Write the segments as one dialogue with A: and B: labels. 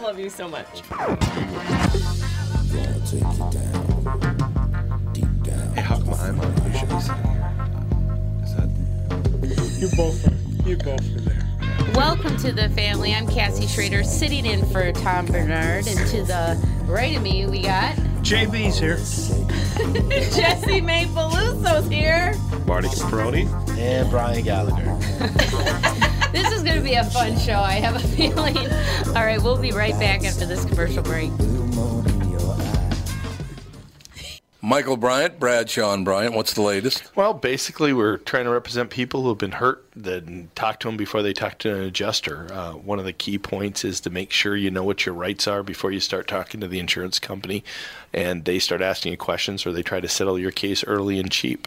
A: love you so much.
B: Hey, how come I'm on the show? Is is that
C: You both are, you both are there.
D: Welcome to the family. I'm Cassie Schrader, sitting in for Tom Bernard. And to the right of me, we got
C: JB's here.
D: Jesse May Beluso's here.
B: Marty Caproni?
E: And Brian Gallagher.
D: This is going to be a fun show, I have a feeling. All right, we'll be right back after this commercial break.
F: Michael Bryant, Brad Sean Bryant, what's the latest?
G: Well, basically, we're trying to represent people who have been hurt, then talk to them before they talk to an adjuster. Uh, one of the key points is to make sure you know what your rights are before you start talking to the insurance company and they start asking you questions or they try to settle your case early and cheap.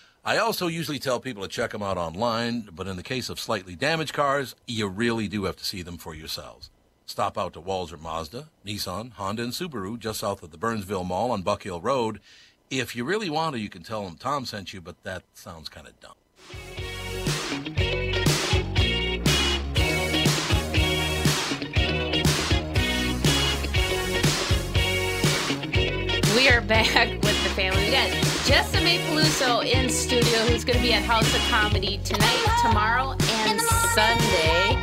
F: I also usually tell people to check them out online, but in the case of slightly damaged cars, you really do have to see them for yourselves. Stop out to Walzer Mazda, Nissan, Honda, and Subaru just south of the Burnsville Mall on Buck Hill Road. If you really want to, you can tell them Tom sent you, but that sounds kind of dumb.
D: We are back with the family. We got Jessica May Peluso in studio, who's going to be at House of Comedy tonight, tomorrow, and Sunday.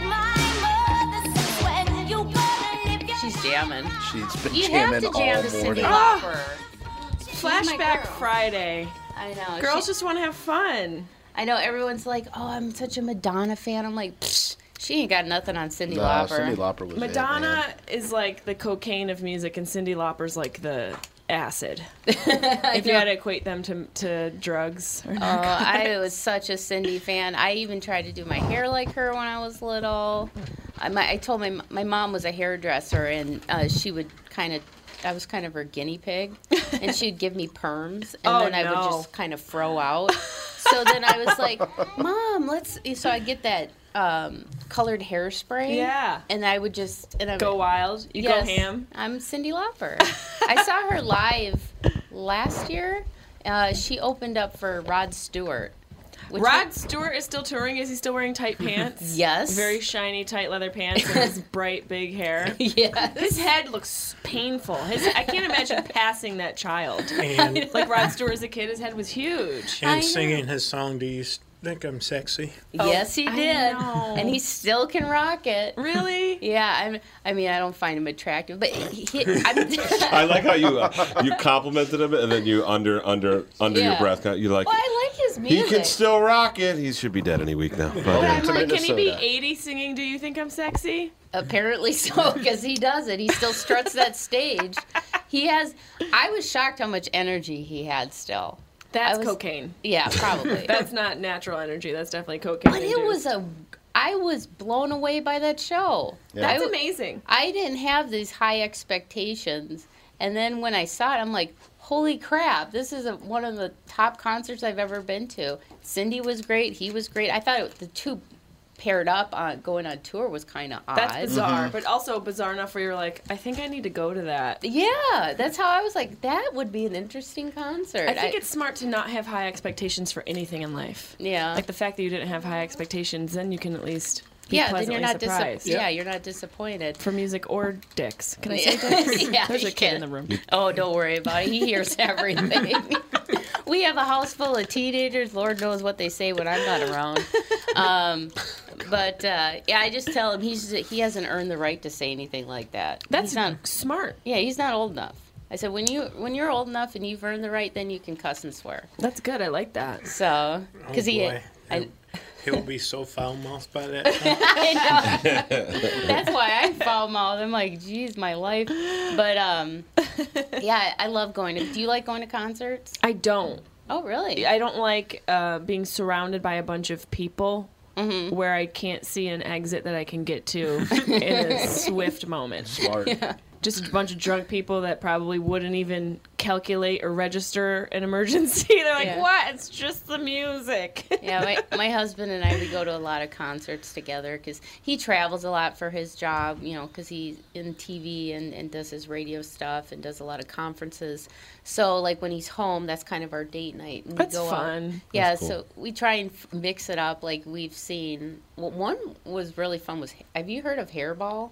D: She's jamming.
E: She's been
D: You have
E: jamming
D: to jam
E: all
D: to Cindy
E: morning.
D: Lauper. She's my
A: Ah! Flashback
D: girl.
A: Friday.
D: I know.
A: Girls
D: she-
A: just want to have fun.
D: I know everyone's like, "Oh, I'm such a Madonna fan." I'm like, Psh, "She ain't got nothing on Cindy
E: Nah,
D: Lauper."
E: Cyndi Lauper was it,
A: Madonna
E: man.
A: is like the cocaine of music, and Cindy Lauper's like the acid. if you had to equate them to, to drugs. Or
D: Oh, I was such a Cindy fan. I even tried to do my hair like her when I was little. I, my, I told my my mom was a hairdresser, and uh, she would kind of. I was kind of her guinea pig, and she'd give me perms, and
A: Oh,
D: then I would
A: no.
D: just kind of fro out. so then I was like, "Mom, let's." So I get that um, colored hairspray.
A: Yeah.
D: And I would just and I
A: go
D: would,
A: wild. You
D: Yes,
A: go ham.
D: I'm Cindy Lauper. I saw her live last year. Uh, she opened up for Rod Stewart. which
A: Rod
D: was-
A: Stewart is still touring. Is he still wearing tight pants?
D: Yes.
A: Very shiny, tight leather pants and his bright, big hair.
D: Yes.
A: His head looks painful. His, I can't imagine passing that child.
C: And,
A: Like Rod Stewart as a kid, his head was huge.
D: I know. Oh.
C: and singing his song, Do You S- Think I'm Sexy?
D: yes, he
A: Oh, I
D: did,
A: know.
D: and he still can rock it.
A: Really?
D: Yeah, I'm, I mean, I don't find him attractive, but he, he- I'm,
H: I like how you uh, you complimented him and then you under under under
D: Yeah.
H: your breath. kinda- You like
D: well, I like his
H: he
D: music.
H: can still rock it. He should be dead any week now. But, uh,
D: I'm
A: Like,
D: like,
A: can he be
E: Minnesota.
A: 80 singing Do You Think I'm Sexy?
D: apparently so, because he does it. He still struts that stage. He has. I was shocked how much energy he had still.
A: That's
D: was-
A: cocaine.
D: Yeah, probably.
A: That's not natural energy. That's definitely cocaine.
D: But it
A: induced.
D: was a. I was blown away by that show. I,
A: That's
D: w-
A: amazing.
D: I didn't have these high expectations, and then when I saw it, I'm like, holy crap, this is a, one of the top concerts I've ever been to. Cindy was great. He was great. I thought it, the two paired up on going on tour was kind of odd.
A: That's bizarre,
D: Mm-hmm.
A: but also bizarre enough where you're like, I think I need to go to that.
D: Yeah, that's how I was like, that would be an interesting concert.
A: I think it's smart to not have high expectations for anything in life.
D: Yeah.
A: Like the fact that you didn't have high expectations, then you can at least be
D: yeah, then
A: pleasantly
D: you're not
A: surprised.
D: disappointed. Yeah, you're not disappointed.
A: For music or dicks. Can I say dicks?
D: yeah,
A: There's
D: you
A: a kid in
D: can.
A: the room.
D: Oh, don't worry about it. He hears everything. we have a house full of teenagers. Lord knows what they say when I'm not around. Um, but uh, yeah, I just tell him he's he hasn't earned the right to say anything like that.
A: That's
D: he's not.
A: smart.
D: Yeah, he's not old enough. I said when you when you're old enough and you've earned the right, then you can cuss and swear.
A: That's good. I like that.
D: So because he.
C: Oh, boy.
D: I-
C: He'll be so foul mouthed by that time.
D: I know. That's why I foul mouthed. I'm like, geez, my life. But um, yeah, I love going. to Do you like going to concerts?
A: I don't.
D: Oh, really?
A: I don't like uh, being surrounded by a bunch of people
D: Mm-hmm.
A: where I can't see an exit that I can get to in a swift moment.
H: Smart.
A: Just a bunch of drunk people that probably wouldn't even calculate or register an emergency. They're like,
D: Yeah.
A: what? It's just the music.
D: yeah, my, my husband and I we go to a lot of concerts together because he travels a lot for his job, you know, because he's in TV and, and does his radio stuff and does a lot of conferences. So like when he's home, that's kind of our date night. And we
A: That's
D: go out.
A: fun.
D: Yeah,
H: That's cool.
D: so we try and f- mix it up. Like we've seen well, one was really fun. Was have you heard of hairball?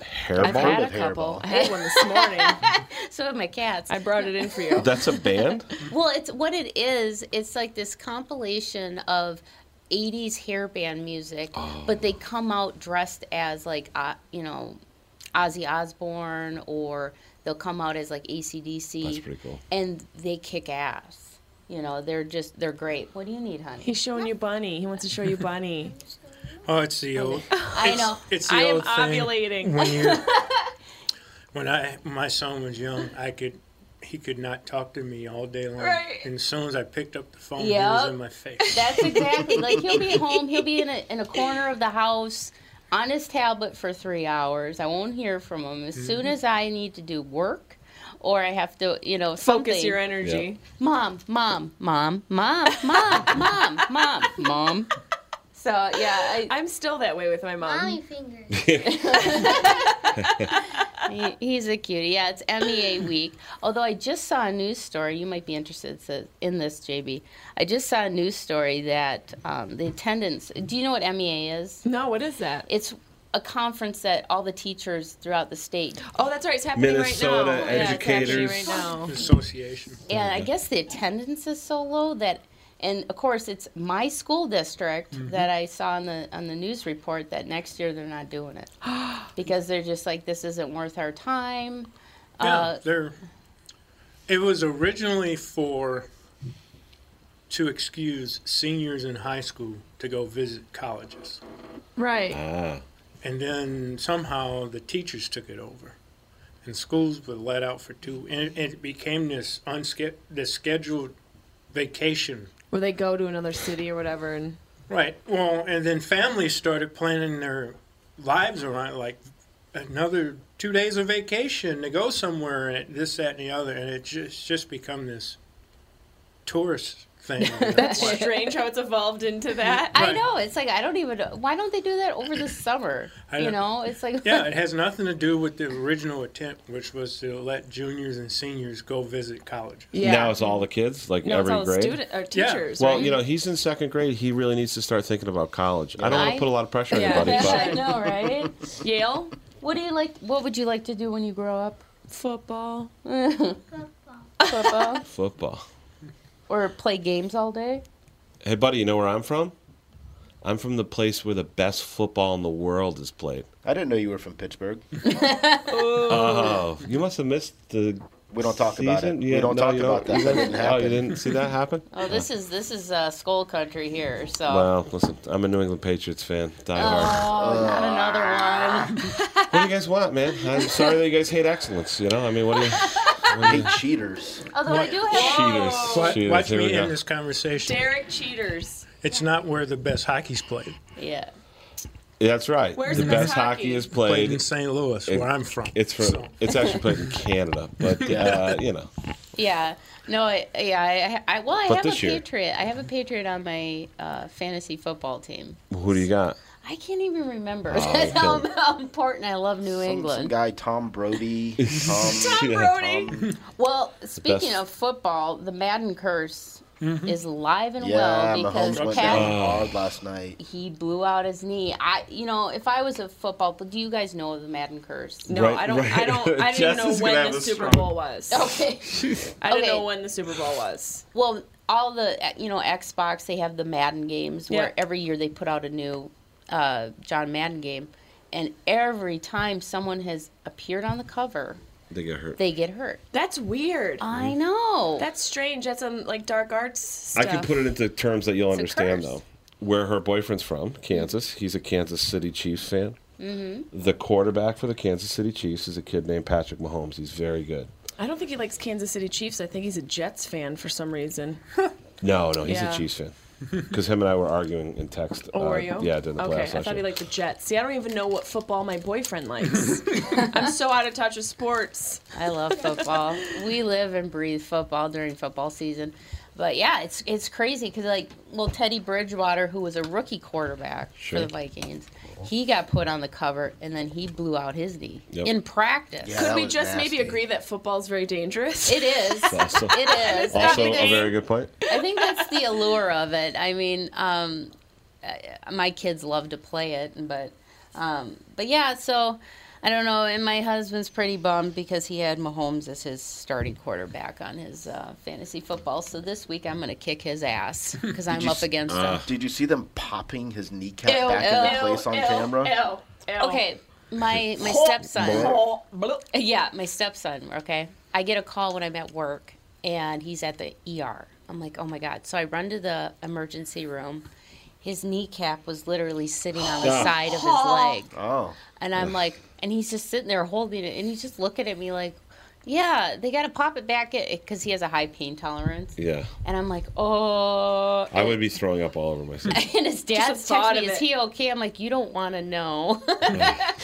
H: Hairball.
A: I've had a couple. I had one this morning.
D: So have my cats.
A: I brought it in for you.
H: That's a band.
D: Well, it's what it is. It's like this compilation of 80s hair band music, but
H: Oh.
D: they come out dressed as like, uh, you know, Ozzy Osbourne or they'll come out as like ACDC.
H: That's pretty cool.
D: And they kick ass. You know, they're just, they're great. What do you need, honey?
A: He's showing you Bunny. He wants to show you Bunny.
C: Oh, it's the old.
D: I know.
C: It's the
A: I am
C: old thing.
A: ovulating.
C: When you, when I my son was young, I could he could not talk to me all day long.
A: Right.
C: And as soon as I picked up the phone, he
D: Yep.
C: was in my face.
D: That's exactly like he'll be home. He'll be in a in a corner of the house on his tablet for three hours. I won't hear from him. As soon
C: Mm-hmm.
D: as I need to do work or I have to, you know, something.
A: Focus your energy.
D: mom, mom, mom, mom, mom, mom, mom, mom. So yeah, I,
A: I'm still that way with my mom.
E: Mommy fingers.
D: he, he's a cutie. Yeah, it's MEA week. Although I just saw a news story, you might be interested so- in this, JB. I just saw a news story that um, the attendance. Do you know what MEA is?
A: No, what is that?
D: it's a conference that all the teachers throughout the state
A: Oh, that's right. It's happening
H: Minnesota
A: right now. Yeah, it's happening
H: educators.
A: right now.
C: Association.
D: and i guess the attendance is so low that and of course it's my school district
C: Mm-hmm.
D: that i saw on the on the news report that next year they're not doing it because they're just like this isn't worth our time
C: Yeah,
D: Uh,
C: they're. It was originally for to excuse seniors in high school to go visit colleges,
A: Right.
H: Ah,
C: and then somehow the teachers took it over, and schools were let out for two, and it became this unske- this scheduled vacation.
A: Where they go to another city or whatever, and
C: Right. Well, and then families started planning their lives around like another two days of vacation to go somewhere and this, that, and the other, and it just just become this tourist thing.
A: that's strange how it's evolved into that.
D: i
C: Right.
D: know it's like i don't even why don't they do that over the summer
C: I
D: you
C: don't-
D: know it's like
C: yeah, it has nothing to do with the original attempt, which was to let juniors and seniors go visit colleges.
A: Yeah.
H: now it's all the kids, like
A: No,
H: every
A: it's all the
H: grade.
A: student or
C: Yeah.
A: teachers.
H: Well,
A: right?
H: you know, he's in second grade. He really needs to start thinking about college. I don't want
D: I-
H: to put a lot of pressure on
A: Yeah.
H: anybody, but
A: Yeah.
D: i know right
A: Yale
D: what do you like what would you like to do when you grow up
A: football.
D: football
H: football.
D: or play games all day
H: Hey, buddy, you know where I'm from? I'm from the place where the best football in the world is played.
I: I didn't know you were from Pittsburgh.
H: Oh, you must have missed the.
I: We don't talk about it.
H: season.
I: we don't
H: no,
I: talk
H: you
I: about that.
H: you
I: That didn't
H: Oh, you
I: happen.
H: didn't see that happen?
D: Oh, this is this is uh, skull country here. So
H: Well, listen, I'm a New England Patriots fan. Die hard.
D: oh, not another one.
H: What do you guys want, man? I'm sorry that you guys hate excellence. You know, I mean, what do you? What do you
I: Hate cheaters.
D: Although I do have
H: cheaters.
C: Wa-
H: cheaters.
C: Watch
H: Here we
C: me
H: go.
C: end this conversation.
A: Derek Cheaters.
C: It's not where the best hockey's played.
D: yeah.
H: That's right.
A: Where's
H: the
A: the
H: best
A: best
H: hockey
A: hockey?
H: is
C: Played in
H: played.
C: St. Louis, where I'm from.
H: It's from.
C: So,
H: It's actually played in Canada, but uh, you know.
D: Yeah. No. I, yeah. I, I well, I
H: But
D: have a
H: this year.
D: patriot. I have a patriot on my uh, fantasy football team.
H: Who do you got?
D: I can't even remember.
I: Oh,
D: That's how, how important I love New
I: Some,
D: England.
I: some guy, Tom Brody. Tom,
H: Yeah.
I: Tom-
D: Well, speaking
H: best-
D: of football, the Madden curse is alive and
I: yeah,
D: well because
I: Mahomes went
D: Pat
I: down hard last night.
D: he blew out his knee. I, you know, if I was a football, but do you guys know the Madden curse?
A: No,
H: Right,
A: I don't. I
H: right.
A: don't. I didn't
H: Jess
A: know
H: is
A: when
H: gonna
A: the
H: have a
A: Super
H: strong-
A: Bowl was.
D: Okay.
A: I didn't know
D: okay.
A: when the Super Bowl was.
D: Well, all the uh, you know Xbox, they have the Madden games
A: Yeah.
D: where every year they put out a new uh, John Madden game, and every time someone has appeared on the cover,
H: They get hurt.
D: they get hurt.
A: That's weird.
D: I know.
A: That's strange. That's on like dark arts stuff.
H: I can put it into terms that you'll
D: It's a
H: understand,
D: curse.
H: though. Where her boyfriend's from, Kansas. He's a Kansas City Chiefs fan. Mm-hmm. The quarterback for the Kansas City Chiefs is a kid named Patrick Mahomes. He's very good.
A: I don't think he likes Kansas City Chiefs. I think he's a Jets fan for some reason.
H: No, no, he's
A: Yeah.
H: a Chiefs fan. Because him and I were arguing in text.
A: Oh,
H: uh,
A: were you?
H: Yeah, during the
A: Okay,
H: playoff
A: I thought
H: session.
A: he liked the Jets. See, I don't even know what football my boyfriend likes. I'm so out of touch with sports.
D: I love football. we live and breathe football during football season. But yeah, it's it's crazy because like, well, Teddy Bridgewater, who was a rookie quarterback
H: Sure.
D: for the Vikings, he got put on the cover and then he blew out his knee
H: Yep.
D: in practice.
I: Yeah,
A: Could
I: that
A: we
I: was
A: just maybe
I: nasty.
A: agree that football's very dangerous?
D: It is.
H: Also-
D: it is.
H: also,
A: Happy
H: a
A: Day.
H: very good point.
D: I think that's the allure of it. I mean, um, uh, my kids love to play it, but um, but yeah. So I don't know. And my husband's pretty bummed because he had Mahomes as his starting quarterback on his uh, fantasy football. So this week I'm gonna kick his ass because I'm
I: you
D: up
I: s- uh,
D: against
I: Did you see them popping his kneecap
D: Ew,
I: back
D: ew,
I: into place on camera?
D: him. Okay, my my stepson. Yeah, my stepson. Okay, I get a call when I'm at work, and he's at the ER. I'm like, oh my god! So I run to the emergency room. His kneecap was literally sitting on the side of his leg,
I: Oh,
D: and I'm like, and he's just sitting there holding it, and he's just looking at me like, yeah, they got to pop it back because he has a high pain tolerance.
H: Yeah.
D: And I'm like, oh.
H: I would be throwing up all over myself.
D: And his dad's
A: thought
D: texting me,
A: of
D: "Is
A: it.
D: he okay?" I'm like, "You don't want to know,"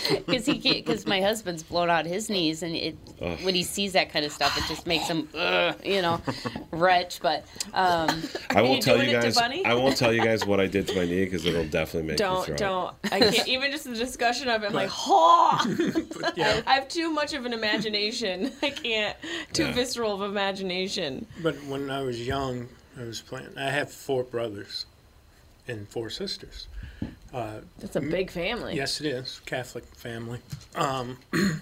D: because he because my husband's blown out his knees, and it
H: Ugh.
D: when he sees that kind of stuff, it just makes him, ugh, you know, retch. But um,
H: I won't
A: you
H: tell
A: doing
H: you
A: it to
H: guys.
A: Bunny?
H: I won't tell you guys what I did to my knee because it'll definitely make you throw
A: Don't,
H: up.
A: don't. I can't, even just the discussion of it, I'm like, ha!
C: But, yeah,
A: I have too much of an imagination. I can't. Too
H: Yeah.
A: visceral of imagination.
C: but when I was young, I was playing. I have four brothers and four sisters. Uh,
A: That's
H: Mm.
A: a big family.
C: Yes, it is Catholic family. Um,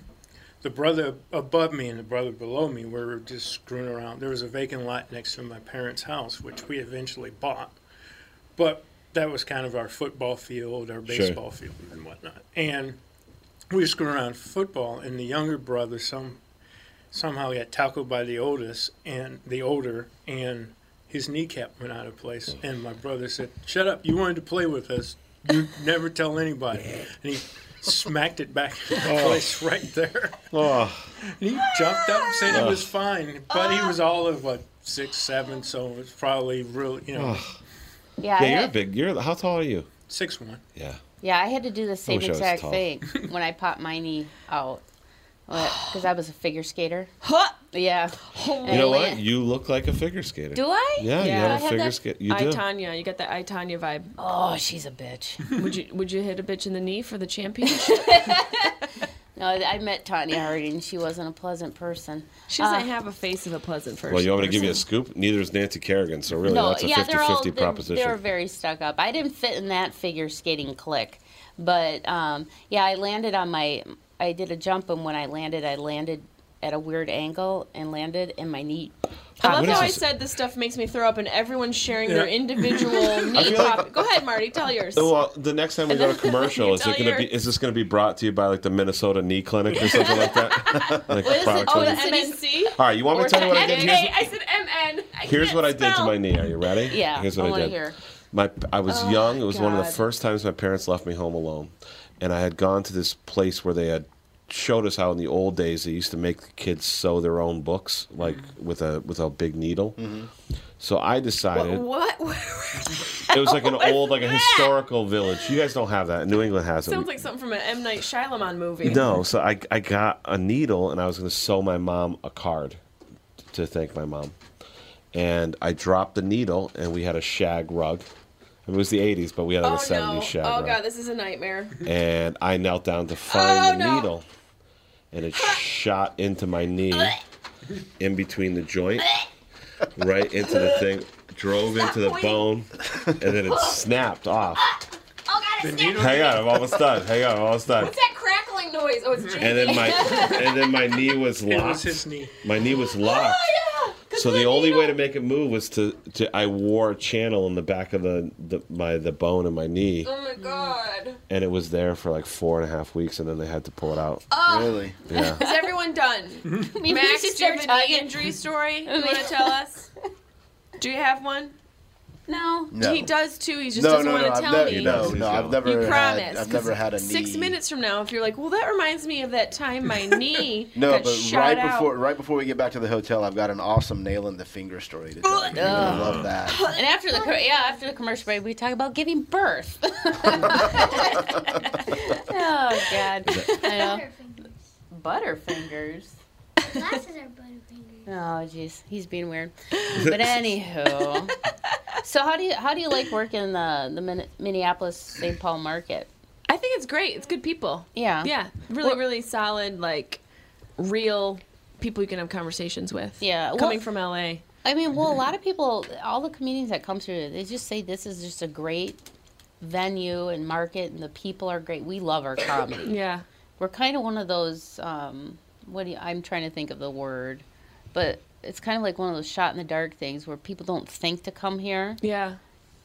C: the brother above me and the brother below me were just screwing around. There was a vacant lot next to my parents' house, which we eventually bought, but that was kind of our football field, our baseball field, and whatnot. And we were screwing around football, and the younger brother some somehow got tackled by the oldest and the older and. His kneecap went out of place, and my brother said, "Shut up! You wanted to play with us. You never tell anybody. And he smacked it back into place right there.
H: Oh,
C: And he jumped up and said he was fine. But he was all of what, six, seven, so it was probably really you know,
H: Oh.
D: yeah, I
H: yeah, you're
D: had-
H: big. You're how tall are you?
C: six one.
H: Yeah.
D: yeah, I had to do the same
H: wish I was
D: exact
H: tall.
D: thing when I popped my knee out because I was a figure skater.
A: Huh!
D: Yeah,
H: You know what? You look like a figure skater.
D: do I?
H: Yeah, you
A: Yeah. Oh, I
H: have a
D: had
H: figure
D: that-
H: skater. You
A: I
H: do.
A: Tanya, you got that I Tanya vibe.
D: Oh, she's a bitch.
A: Would you would you hit a bitch in the knee for the championship?
D: No, I met Tanya Harding. and she wasn't a pleasant person.
A: She doesn't
D: Uh,
A: have a face of a pleasant person.
H: Well, you want me to give you a scoop? Neither is Nancy Kerrigan, so really that's a 50 50
D: they're- They were
H: proposition.
D: very stuck up. I didn't fit in that figure skating clique, but um, yeah, I landed on my. I did a jump, and when I landed, I landed at a weird angle and landed, and my knee.
A: I love
H: Ah, What
A: how
H: is
A: I
H: this?
A: said this stuff makes me throw up, and everyone's sharing their
C: Yeah.
A: individual knee
H: feel like-
A: pop. Go ahead, Marty, tell yours.
H: Oh, Well, the next time we go to commercial, is it
A: Tell
H: going to
A: your-
H: be? Is this going to be brought to you by like the Minnesota Knee Clinic or something like that? like
D: What is it?
H: products
D: Oh,
H: like-
D: that's-
A: MNC.
H: All right, you want me to tell you what I did? Here's,
A: MNA. I said MN. I
H: Here's
A: can't
H: what I did to
A: spell.
H: my knee. Are you ready?
D: Yeah,
H: Here's
D: I
H: what I,
D: wanna
H: did.
D: hear.
H: Oh My I was young. It was one of the
A: God.
H: first times my parents left me home alone, and I had gone to this place where they had showed us how in the old days they used to make the kids sew their own books like with a with a big needle. So I decided
A: What?
H: it was like an old like a historical village. You guys don't have that. New England has it.
A: Sounds like something from an M Night Shyamalan movie.
H: No, so I I got a needle and I was gonna sew my mom a card to thank my mom. And I dropped the needle, and we had a shag rug. It was the 80s, but we had like a 70s
A: Oh,
H: shag rug.
A: God, this is a nightmare.
H: and I knelt down to find
A: Oh,
H: the
A: no.
H: needle, and it shot into my knee, in between the joint, right into the thing, drove into the bone, and then it snapped off.
A: Ah.
E: Oh god, it's snapped.
H: Ah. Hang on, I'm almost done. Hang on, I'm almost done.
E: What's that crackling noise? Oh, it's Jamie.
H: And then my and then my knee was
C: It was
H: locked.
C: his knee.
H: My knee was locked.
E: Oh, yeah.
H: So the only way to make it move was to, to I wore a channel in the back of the, the my the bone in my knee,
E: Oh my god.
H: and it was there for like four and a half weeks, and then they had to pull it out.
A: Oh.
I: Really?
H: Yeah.
A: Is everyone done?
D: Maybe we should
A: Max, do you
D: start
A: have a knee
D: talking.
A: injury story you want to tell us? Do you have one?
D: No.
I: No.
A: He does too. He just
I: no,
A: doesn't
I: no,
A: want
I: no,
A: to
I: I've
A: tell
I: never,
A: me.
I: no,
H: He's
I: no, I've
H: going.
I: never
A: You
I: had,
A: promise.
I: I've
A: 'cause
I: never had a knee.
A: Six minutes from now, if you're like, well, that reminds me of that time my knee
I: No,
A: got
I: but
A: shot
I: right
A: out.
I: before right before we get back to the hotel, I've got an awesome nail in the finger story to tell. you. You're gonna love that.
D: And after the co- yeah, after the commercial break, we talk about giving birth. oh God, I know.
E: Butterfingers.
D: Butterfingers.
E: Glasses are butterfingers.
D: Oh jeez, he's being weird. But anywho, so how do you how do you like working in the the Min- Minneapolis St. Paul market?
A: I think it's great. It's good people.
D: Yeah,
A: Yeah, really, really solid, like real people you can have conversations with.
D: Yeah, well-
A: coming from LA.
D: I mean, well, a lot of people, all the comedians that come through, they just say this is just a great venue and market, and the people are great. We love our comedy.
A: Yeah,
D: we're kind of one of those um what do you, I'm trying to think of the word but it's kind of like one of those shot in the dark things where people don't think to come here
A: yeah.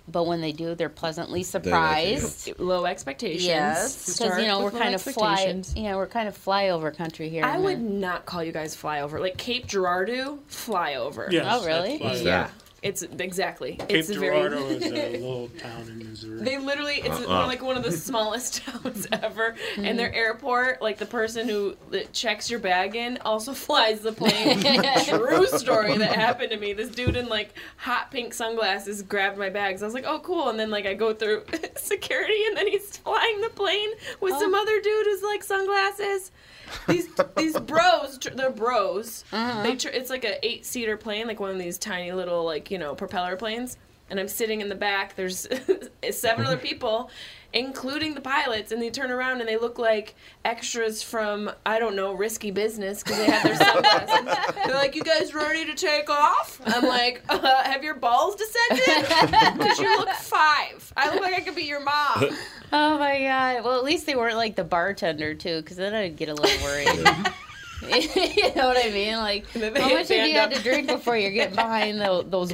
D: but when they do they're pleasantly
H: it, yeah.
D: surprised
A: Low expectations.
D: yes because
A: Start
D: you know
A: with
D: we're
A: low
D: kind of fly
A: expectations.
D: yeah we're kind of flyover country here
A: I
D: in
A: would
D: the-
A: not call you guys flyover. Like Cape Girardeau, flyover.
C: Yes,
D: Oh, really?
C: that's why-
A: Yeah. It's exactly.
C: Cape
A: it's a
C: Girardeau
A: very.
C: is a little town in Missouri.
A: They literally,
C: Uh,
A: it's
H: Uh-uh.
A: like one of the smallest towns ever. And their airport, like the person who that checks your bag in, also flies the plane. True story that happened to me. This dude in like hot pink sunglasses grabbed my bags. I was like, oh, cool. And then like I go through security, and then he's flying the plane with some other dude who's like sunglasses. These these bros, tr- they're bros.
D: Uh-huh.
A: They tr- it's like a eight seater plane, like one of these tiny little like you know propeller planes. And I'm sitting in the back. There's seven other people, including the pilots, and they turn around and they look like extras from I don't know Risky Business because they have their sunglasses. They're like, "You guys ready to take off?" I'm like, uh, "Have your balls descended? Because you look five. I look like I could be your mom."
D: oh my god well at least they weren't like the bartender too because then i'd get a little worried you know what i mean like
A: then they-
D: how much
A: they
D: have you
A: end
D: had
A: up-
D: to drink before you get behind tho- those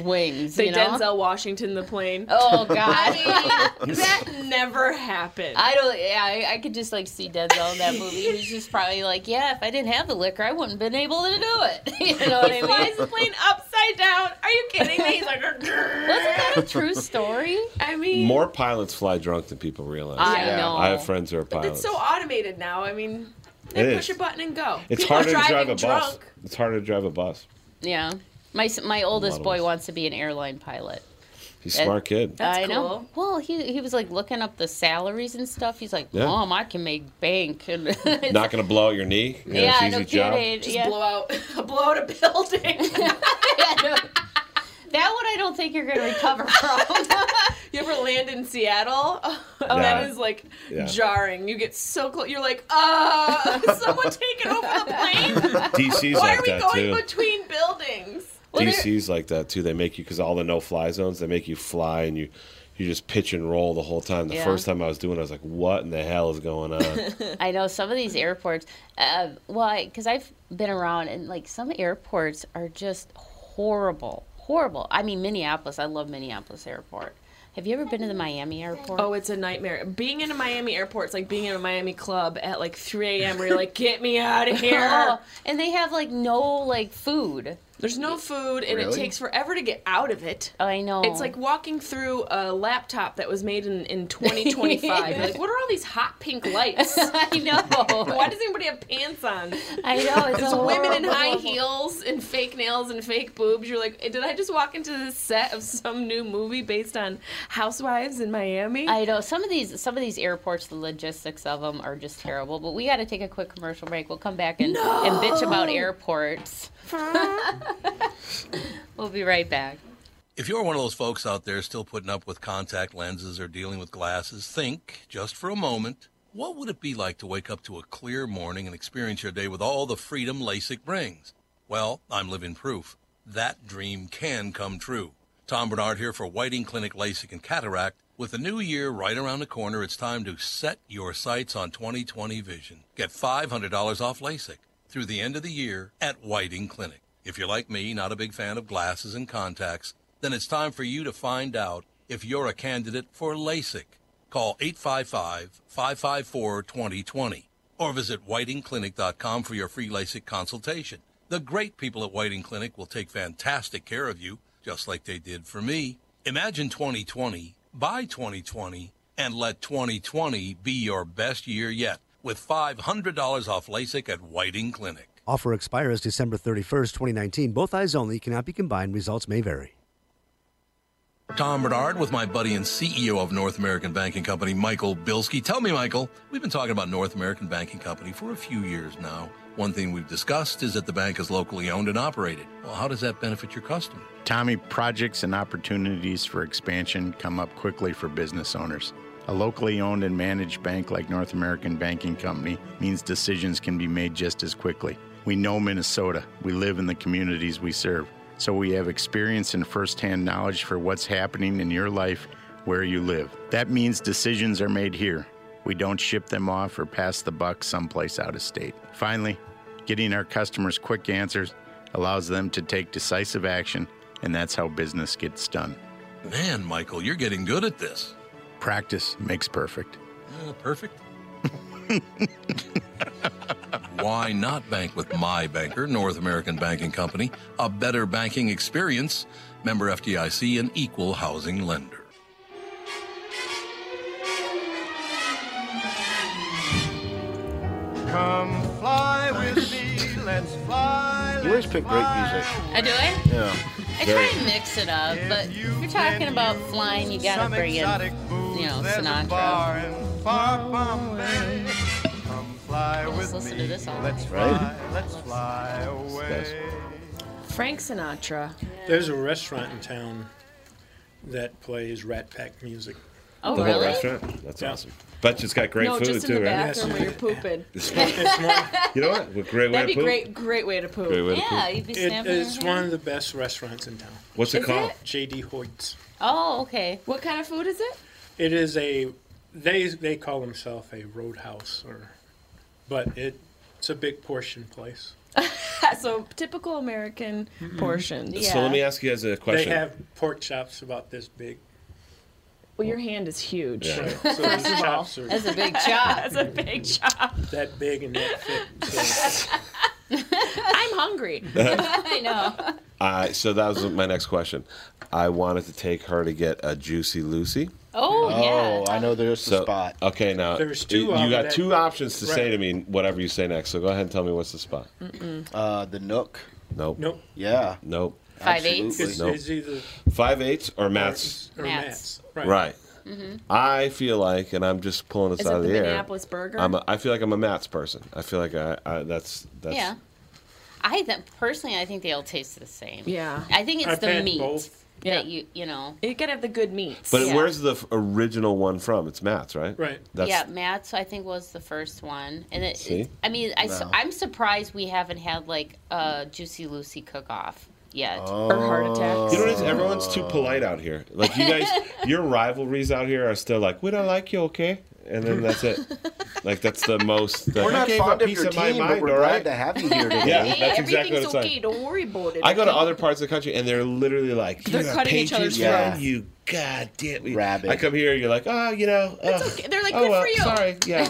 D: wings
A: Say
D: you know
A: Denzel Washington the plane.
D: oh god
A: I mean, that never happened.
D: I don't. Yeah, I, I could just like see Denzel in that movie. He's just probably like, yeah, if I didn't have the liquor, I wouldn't been able to do it. you know what I
A: Why is
D: mean?
A: the plane upside down? Are you kidding me? He's like,
D: Wasn't that a true story?
A: I mean,
H: More pilots fly drunk than people realize.
D: I
A: Yeah.
D: know.
H: I have friends who are
A: it's
H: pilots.
A: so automated now. I mean,
H: It
A: they push
H: is.
A: a button and go.
H: It's
A: People are
H: harder to drive
A: driving
H: a bus.
A: drunk.
H: It's harder to drive a bus.
D: Yeah. My s- my oldest
H: of
D: boy
H: us.
D: wants to be an airline pilot.
H: He's a smart kid.
A: That's
D: I
A: cool.
D: know. Well, he he was like looking up the salaries and stuff. He's like,
H: Yeah.
D: Mom, I can make bank. And it's-
H: Not going to blow out your knee. You know,
D: yeah,
H: it's
D: no
H: easy job.
D: kidding.
A: Just
D: yeah.
A: blow out, blow out a building.
D: Yeah, no. That one I don't think you're gonna recover from.
A: you ever land in Seattle? Oh,
H: Yeah.
A: That is like
H: Yeah.
A: jarring. You get so close. You're like, uh, someone taking over the plane.
H: DC's
A: Why
H: like
A: are we
H: that
A: going
H: too.
A: between buildings?
H: DC's like that too. They make you because all the no-fly zones. They make you fly and you. You just pitch and roll the whole time. The
D: Yeah.
H: first time I was doing, it, I was like, "What in the hell is going on?"
D: I know some of these airports. Uh, well, because I've been around, and like some airports are just horrible, horrible. I mean, Minneapolis. I love Minneapolis Airport. Have you ever been to the Miami airport?
A: Oh, it's a nightmare. Being in a Miami airport is like being in a Miami club at like 3 a.m. where you're like, get me out of here.
D: Oh, and they have like no like food.
A: There's no food and it
I: Really?
A: takes forever to get out of it.
D: Oh, I know.
A: It's like walking through a laptop that was made in, in 2025. You're like, what are all these hot pink lights?
D: I know.
A: Why does anybody have pants on?
D: I know. It's
A: There's
D: a
A: women in
D: horrible-
A: high heels and fake nails and fake boobs. You're like, did I just walk into the set of some new movie based on Housewives in Miami?
D: I know some of these some of these airports, the logistics of them are just terrible. But we got to take a quick commercial break. We'll come back and, and bitch about airports. We'll be right back.
F: If you're one of those folks out there still putting up with contact lenses or dealing with glasses, think just for a moment what would it be like to wake up to a clear morning and experience your day with all the freedom LASIK brings? Well, I'm living proof. That dream can come true. Tom Bernard here for Whiting Clinic LASIK and Cataract. With the new year right around the corner, it's time to set your sights on 2020 vision. Get $500 off LASIK through the end of the year at Whiting Clinic. If you're like me, not a big fan of glasses and contacts, then it's time for you to find out if you're a candidate for LASIK. Call 855-554-2020 or visit whitingclinic.com for your free LASIK consultation. The great people at Whiting Clinic will take fantastic care of you, just like they did for me. Imagine 2020, buy 2020, and let 2020 be your best year yet with $500 off LASIK at Whiting Clinic.
J: Offer expires December 31st, 2019. Both eyes only cannot be combined. Results may vary.
F: Tom Bernard with my buddy and CEO of North American Banking Company, Michael Bilski. Tell me, Michael, we've been talking about North American Banking Company for a few years now. One thing we've discussed is that the bank is locally owned and operated. Well, how does that benefit your customer?
K: Tommy, projects and opportunities for expansion come up quickly for business owners. A locally owned and managed bank like North American Banking Company means decisions can be made just as quickly. We know Minnesota. We live in the communities we serve. So we have experience and firsthand knowledge for what's happening in your life where you live. That means decisions are made here. We don't ship them off or pass the buck someplace out of state. Finally, getting our customers quick answers allows them to take decisive action, and that's how business gets done.
F: Man, Michael, you're getting good at this.
K: Practice makes perfect.
F: Uh, perfect. Why not bank with my banker, North American Banking Company, a better banking experience, member FDIC, and equal housing lender?
B: Come fly with me, let's fly.
I: You always pick great music.
D: I do it.
I: Yeah.
D: I try and mix it up, but if you're talking about flying, you gotta bring in, you know, Sinatra. Just listen to this all night.
I: Right? Yes.
A: Frank Sinatra.
C: There's a restaurant in town that plays Rat Pack music.
D: Oh,
H: The whole
D: really?
H: restaurant? That's
C: Yeah.
H: awesome. Bet you it's got great
A: no,
H: food,
A: just in
H: too,
A: the
H: right?
A: bathroom where you're pooping.
H: It's one-
C: It's one,
H: you know what? What great way to
A: That'd be
H: poop.
A: great, great way to poop.
H: Great way to
D: Yeah,
H: poop.
D: you'd be
C: it,
D: snapping.
C: it's
D: your hand.
C: one of the best restaurants in town.
H: What's it
A: Is
H: called?
A: it?
C: J.D. Hoyt's.
D: Oh, okay.
A: What kind of food is it?
C: It is a they they call themselves a roadhouse or, but it it's a big portion place.
A: so typical American portions.
H: So
D: Yeah.
H: let me ask you guys a question.
C: They have pork chops about this big.
A: Well, your hand is huge.
H: Yeah.
C: So the chops are
D: That's a big job.
A: That's a big chop.
C: that big and that thick. So
A: I'm hungry.
D: I know.
H: Uh, so that was my next question. I wanted to take her to get a juicy Lucy.
D: Oh,
I: Oh,
D: yeah.
I: I know there's
H: So
I: a spot.
H: okay, now
C: There's
H: you-
C: two
H: You,
C: of
H: got
C: that-
H: two options to say
C: Right.
H: to me whatever you say next. So go ahead and tell me what's the spot.
I: Uh, the Nook.
H: Nope.
C: nope,
I: Yeah.
H: Nope.
D: Five eighths.
C: it's,
I: absolutely.
H: Nope.
C: it's either
H: Five eights or Matt's.
C: or Mm-hmm.
D: Matt's.
C: Matt's.
H: Right. I feel like, and I'm just pulling this
A: Mm-hmm. Is
H: out
A: it
H: of
A: the
H: the air.
A: Minneapolis burger?
H: I'm a, I feel like I'm a Matt's person. I feel like I, I that's that's
D: Yeah. I th- personally, I think they all taste the same.
A: yeah.
D: I think it's
C: I've
D: the
C: had
D: meat
C: both.
A: Yeah.
D: that you you know.
A: You gotta have the good meats.
H: But
D: Yeah.
H: where's the f- original one from? It's Matt's, right?
C: Right.
H: That's
D: yeah, Matt's I think was the first one, and it.
H: See?
D: it- I mean, I,
I: Wow.
D: am surprised we haven't had like a Juicy Lucy cook off yet.
H: Oh.
A: or heart
I: Oh.
A: attacks.
H: You know what it is? Everyone's too polite out here. Like you guys, your rivalries out here are still like, "We don't like you, okay?" And then that's it. Like that's the most. Like,
I: We're
H: I
I: not
H: gave
I: fond
H: a
I: of
H: piece
I: your
H: my
I: team, but
H: mind,
I: we're
H: all
I: glad
H: right?
I: to have you here today.
H: Yeah, that's exactly what
A: Everything's
H: it's
A: okay.
H: like.
A: Don't worry about it.
H: I go to
A: okay?
H: other parts of the country, and they're literally like,
A: They're
H: "You're a
A: cutting each other's
H: Patriots
I: throat.
H: fan, You goddamn
I: Rabbit.
H: I come here, you're like, "Oh, you know." It's
A: okay. They're like,
H: oh,
A: "Good
H: well,
A: for you."
H: Sorry. Yeah.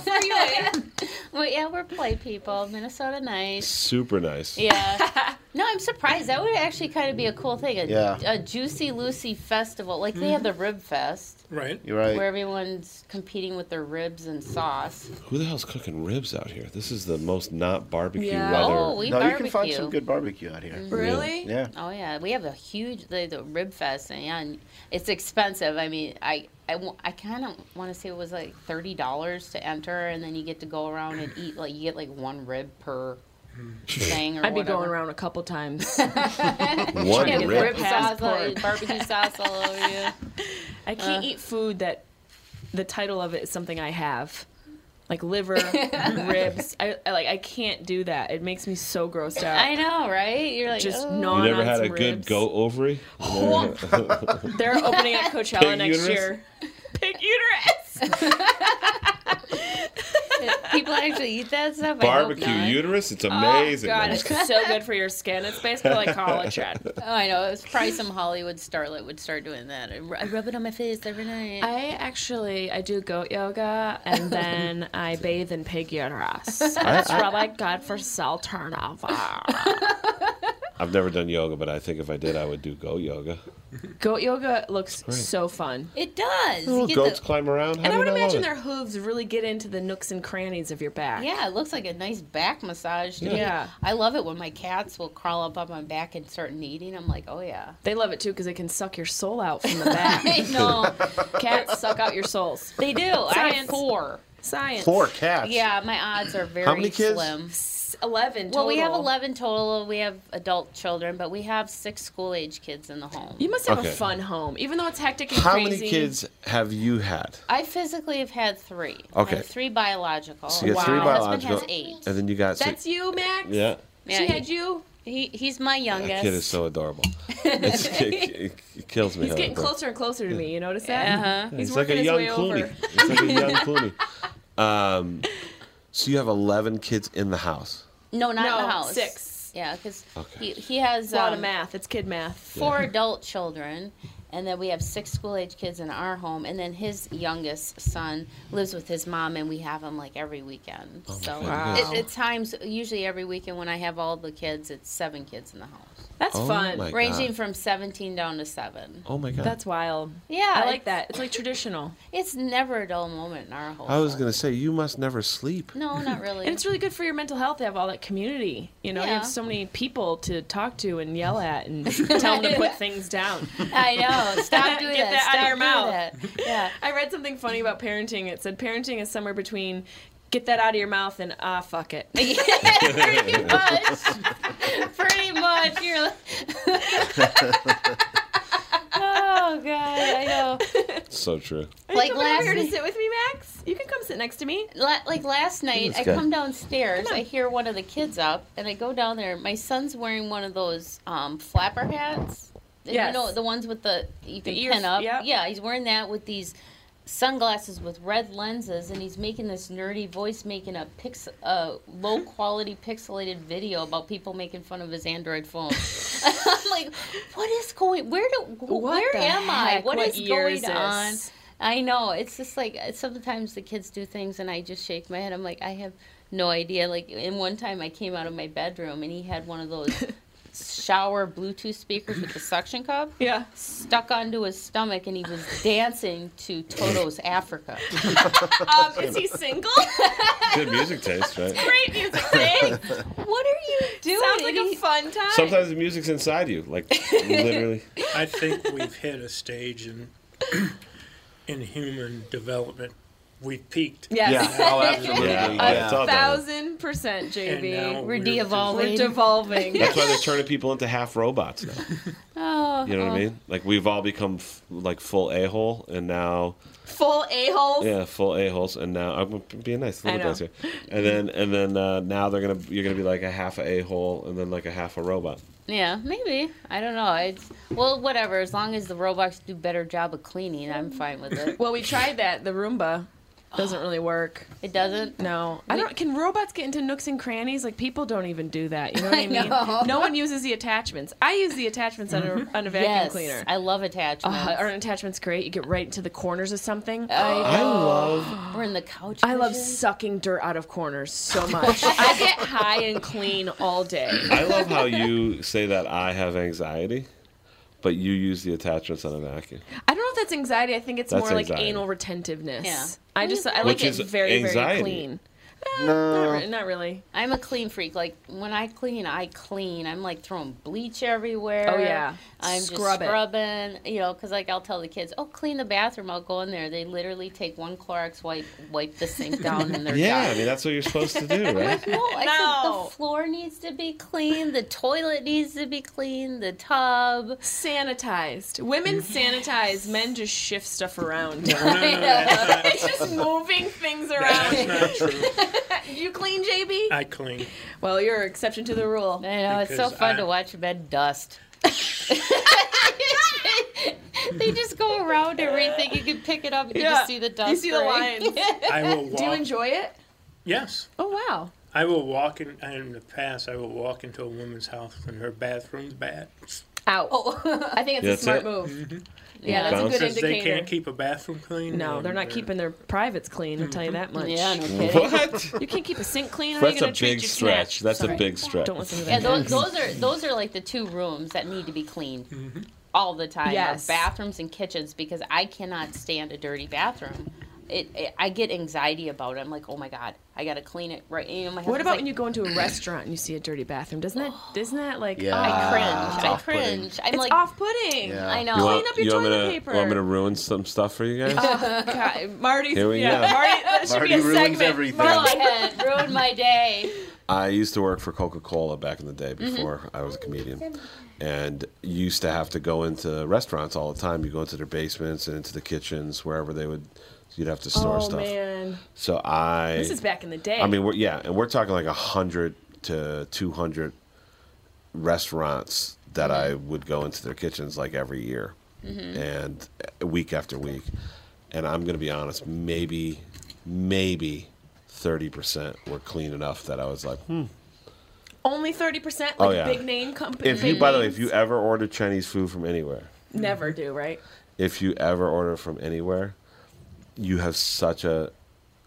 D: Well, yeah, we're play people, Minnesota nice.
H: Super nice.
D: Yeah. No, I'm surprised. That would actually kind of be a cool thing. A,
I: Yeah.
D: a Juicy Lucy festival, like they have the Rib Fest,
C: Right.
I: You're right.
D: where everyone's competing with their ribs and sauce.
H: Who the hell's cooking ribs out here? This is the most not barbecue
A: Yeah.
H: weather.
D: Oh, we
I: no, you
D: barbecue.
I: can find some good barbecue out here.
A: Really?
I: Yeah.
D: Oh yeah, we have a huge the, the rib fest, and yeah, and it's expensive. I mean, I I, wa- I kind of want to say it was like thirty dollars to enter, and then you get to go around and eat like you get like one rib per thing or
A: I'd be
D: whatever.
A: going around a couple times.
D: One
A: Trying to
D: rip.
A: get the
D: Sauce all-
A: passport.
D: barbecue sauce all over you.
A: I can't
D: Uh.
A: eat food that the title of it is something I have. Like liver, ribs. I, I like I can't do that. It makes me so grossed out.
D: I know, right? You're like,
A: Just
D: oh.
A: gnawing
H: You never
A: on
H: had a
A: some
H: good
A: ribs.
H: goat ovary?
A: They're opening at Coachella
H: Pig
A: next
H: uterus?
A: year. Pig uterus.
D: People actually eat that stuff.
H: Barbecue
D: I hope not.
H: uterus? It's amazing.
D: Oh,
A: God,
H: man.
A: it's so good for your skin. It's basically like collagen.
D: Oh, I know. It was probably some Hollywood starlet would start doing that. I ru- I rub it on my face every night.
A: I actually I do goat yoga and then I bathe in pig uterus.
H: I-
A: That's
H: I-
A: what I got for cell turnover.
H: I've never done yoga, but I think if I did, I would do goat yoga.
A: Goat yoga looks
H: Great.
A: so fun.
D: It does.
H: Little goats climb around. How
A: and I
H: do
A: would
H: you not love
A: imagine
H: it?
A: their hooves really get into the nooks and crannies of your back.
D: yeah, it looks like a nice back massage. To me.
A: Yeah.
D: I love it when my cats will crawl up on my back and start kneading. I'm like, oh yeah.
A: They love it too because they can suck your soul out from the back. I
D: know.
A: Cats suck out your souls.
D: They do. I have
A: Science.
D: four.
A: Science.
H: Four cats?
D: Yeah, my odds are very
H: many kids?
D: slim.
A: Eleven.
D: Well, we have
A: total.
D: 11 total. We have adult children, but we have six school age kids in the home.
A: You must have
H: Okay.
A: a fun home, even though it's hectic and
H: How
A: crazy.
H: many kids have you had?
D: I physically have had three.
H: Okay.
D: I have three biological.
H: So you got three
D: My
H: biological,
D: husband has eight.
H: and then you got six.
D: That's you, Max.
H: Yeah,
D: she had you. He he's my
H: that
D: youngest.
H: kid is so adorable. It's, it, it- it kills me.
A: He's
H: how
A: getting
H: that-
A: closer and closer to me. You notice that?
D: Yeah.
A: He's,
H: it's like
A: working
H: a
A: his
H: young
A: way
H: Clooney.
A: over.
H: It's like a young Clooney. Um, so you have eleven kids in the house.
D: No, not in
A: No,
D: the house.
A: six.
D: Yeah, because
H: Okay.
D: he, he has
A: A lot of
D: um,
A: math. It's kid math.
D: four adult children, and then we have six school age kids in our home, and then his youngest son lives with his mom, and we have him like every weekend.
H: Oh,
D: so
A: God, you guys-
D: it, at times, usually every weekend when I have all the kids, it's seven kids in the house,
A: That's
H: Oh
A: fun.
H: my
D: ranging
H: God.
D: from seventeen down to seven.
H: Oh my god.
A: That's wild.
D: Yeah,
A: I like
D: it's-
A: that. It's like traditional.
D: It's never a dull moment in our
A: Oh,
D: home.
H: I was gonna say you must never sleep.
D: No, not really.
A: And it's really good for your mental health to have all that community. You know, you
D: Yeah.
A: have so many people to talk to and yell at and tell them to put things down.
D: I know. Stop doing
A: Get that
D: Stop
A: out of your mouth.
D: doing that. Yeah.
A: I read something funny about parenting. It said parenting is somewhere between get that out of your mouth and ah fuck it.
D: pretty much. pretty much. You're like, oh god, I know.
H: So true.
D: Like
A: Come over
D: last
A: here to
D: night,
A: sit with me, Max. You can come sit next to me.
D: la- like last night,
H: This
D: I
H: guy.
D: come downstairs. I hear one of the kids up, and I go down there. My son's wearing one of those um, flapper hats. You
A: Yes.
D: know the ones with the you can
A: ears,
D: pin up.
A: yep.
D: Yeah, he's wearing that with these sunglasses with red lenses, and he's making this nerdy voice, making a pix- a low quality pixelated video about people making fun of his Android phone. I'm like, what is going? Where do? wh- where
A: the
D: am I?
A: heck? What
D: is
A: year
D: going
A: is
D: on?
A: this?
D: I know. It's just like uh, sometimes the kids do things, and I just shake my head. I'm like, I have no idea. Like, in one time, I came out of my bedroom, and he had one of those. shower bluetooth speakers with the suction cup
A: Yeah.
D: stuck onto his stomach and he was dancing to Toto's Africa.
A: Um, is he single?
H: Good music taste, right?
A: Great music. Thanks.
D: What are you doing?
A: Sounds like a
D: He-
A: fun time.
H: Sometimes the music's inside you, like literally.
C: I think we've hit a stage in in human development. We've peaked.
A: Yes.
G: Yeah. Oh, absolutely.
H: Yeah,
G: Yeah.
H: yeah, it's all done.
A: Thousand percent,
C: And now
A: JB.
D: We're
C: we're
A: We're
D: de-evolving.
A: devolving.
H: That's why they're turning people into half robots now.
D: oh,
H: You know
A: Uh-huh.
H: what I mean? Like we've all become f- like full a hole, and now
A: Full a holes.
H: yeah, full a holes, and now I'm being nice, a
A: I
H: little
A: know.
H: nice here. And then and then uh, now they're gonna you're gonna be like a half a hole, and then like a half a robot.
D: Yeah, maybe. I don't know. It's well, whatever. As long as the robots do better job of cleaning, I'm fine with it.
A: Well, we tried that. The Roomba doesn't really work.
D: It doesn't.
A: No, I don't. Can robots get into nooks and crannies? Like people don't even do that. You know what
D: I
A: I mean?
D: know. Mm-hmm.
A: No one uses the attachments. I use the attachments on a, on a vacuum
D: yes,
A: cleaner.
D: I love attachments.
A: Uh, aren't attachments Oh. great? You get right into the corners of something.
H: I love
D: We're in the couch.
A: I love
D: cushions.
A: sucking dirt out of corners so much. I get high and clean all day.
H: I love how you say that I have anxiety, but you use the attachments on a vacuum,
A: I don't know if that's anxiety. I think it's
H: That's
A: more like
H: anxiety.
A: anal retentiveness.
D: Yeah.
A: I just I
H: Which
A: like it
H: is
A: very
H: anxiety.
A: very clean. Eh, Not, re- not really.
D: I'm a clean freak. Like when I clean, I clean. I'm like throwing bleach everywhere.
L: Oh, yeah.
D: I'm
L: Scrub it.
D: just scrubbing. You know, because like I'll tell the kids, "Oh, clean the bathroom." I'll go in there. They literally take one Clorox wipe, wipe the sink down, and they're
H: yeah,
D: done.
H: I mean that's what you're supposed to do,
D: I'm
H: right?
D: like, no, I said the floor needs to be clean, the toilet needs to be clean, the tub.
A: Sanitized. Women
D: Mm-hmm.
A: sanitize, men just shift stuff around. it's just moving things around. you clean, JB?
C: I clean.
A: Well, you're an exception to the rule.
D: I know, it's so
C: Because
D: fun
C: I-
D: to watch men dust. they just go around everything. You can pick it up and you
A: Yeah,
D: just see the dust.
A: you see the
D: ring.
A: lines.
C: I will
A: Do you
C: walk.
A: enjoy it?
C: Yes.
A: Oh wow.
C: I will walk in, in the past, I will walk into a woman's house when her bathroom's bad.
A: Out.
D: Oh.
A: I think it's
C: That's
A: a smart
C: it.
A: move. Yeah, that's a good
C: Because
A: indicator.
C: they can't keep a bathroom clean.
A: No, they're not keeping their privates clean. I'll tell you that much.
D: Yeah,
H: no kidding. What?
A: You can't keep a sink clean. How are
H: That's
A: you going
H: a
A: to treat
H: big
A: your
H: stretch.
A: snatch?
H: That's a
A: Sorry.
H: big stretch.
A: Don't listen to
D: Yeah,
A: that.
D: those, those are those are like the two rooms that need to be cleaned
H: Mm-hmm.
D: all the time. are
A: Yes.
D: bathrooms and kitchens because I cannot stand a dirty bathroom. It, it I get anxiety about it. I'm like, oh my god, I gotta clean it right. You know, my
A: What
D: husband's
A: about
D: like,
A: when you go into a restaurant and you see a dirty bathroom? Doesn't that isn't that like
H: Yeah,
A: I
H: it's
A: cringe. I
H: off-putting.
A: cringe. I'm
D: It's
A: like off-putting. I know.
H: You want,
A: Clean up your
H: you want me
A: toilet
H: to,
A: paper.
H: Want me to ruin some stuff for you guys?
A: Oh, God. Marty's
H: Here we go.
A: yeah. Marty, that should
H: Marty
A: be a
H: ruins
A: segment.
H: everything.
A: Marty-
D: Go ahead, ruin my day.
H: I used to work for Coca Cola back in the day
D: Mhm.
H: before I was a comedian. And you used to have to go into restaurants all the time. You go into their basements and into the kitchens, wherever they would, you'd have to store
A: oh
H: stuff.
A: man,
H: So I.
A: this is back in the day.
H: I mean, we're, yeah, and we're talking like 100 to 200 restaurants that
A: Mm-hmm.
H: I would go into their kitchens like every year
B: Mhm.
H: and uh, week after week. And I'm going to be honest, maybe, maybe 30% were clean enough that I was like, hmm.
A: only thirty percent,
H: Oh,
A: like
H: yeah.
A: big name company.
H: If you, by the way, if you ever order Chinese food from anywhere,
A: never do right,
H: if you ever order from anywhere, you have such a.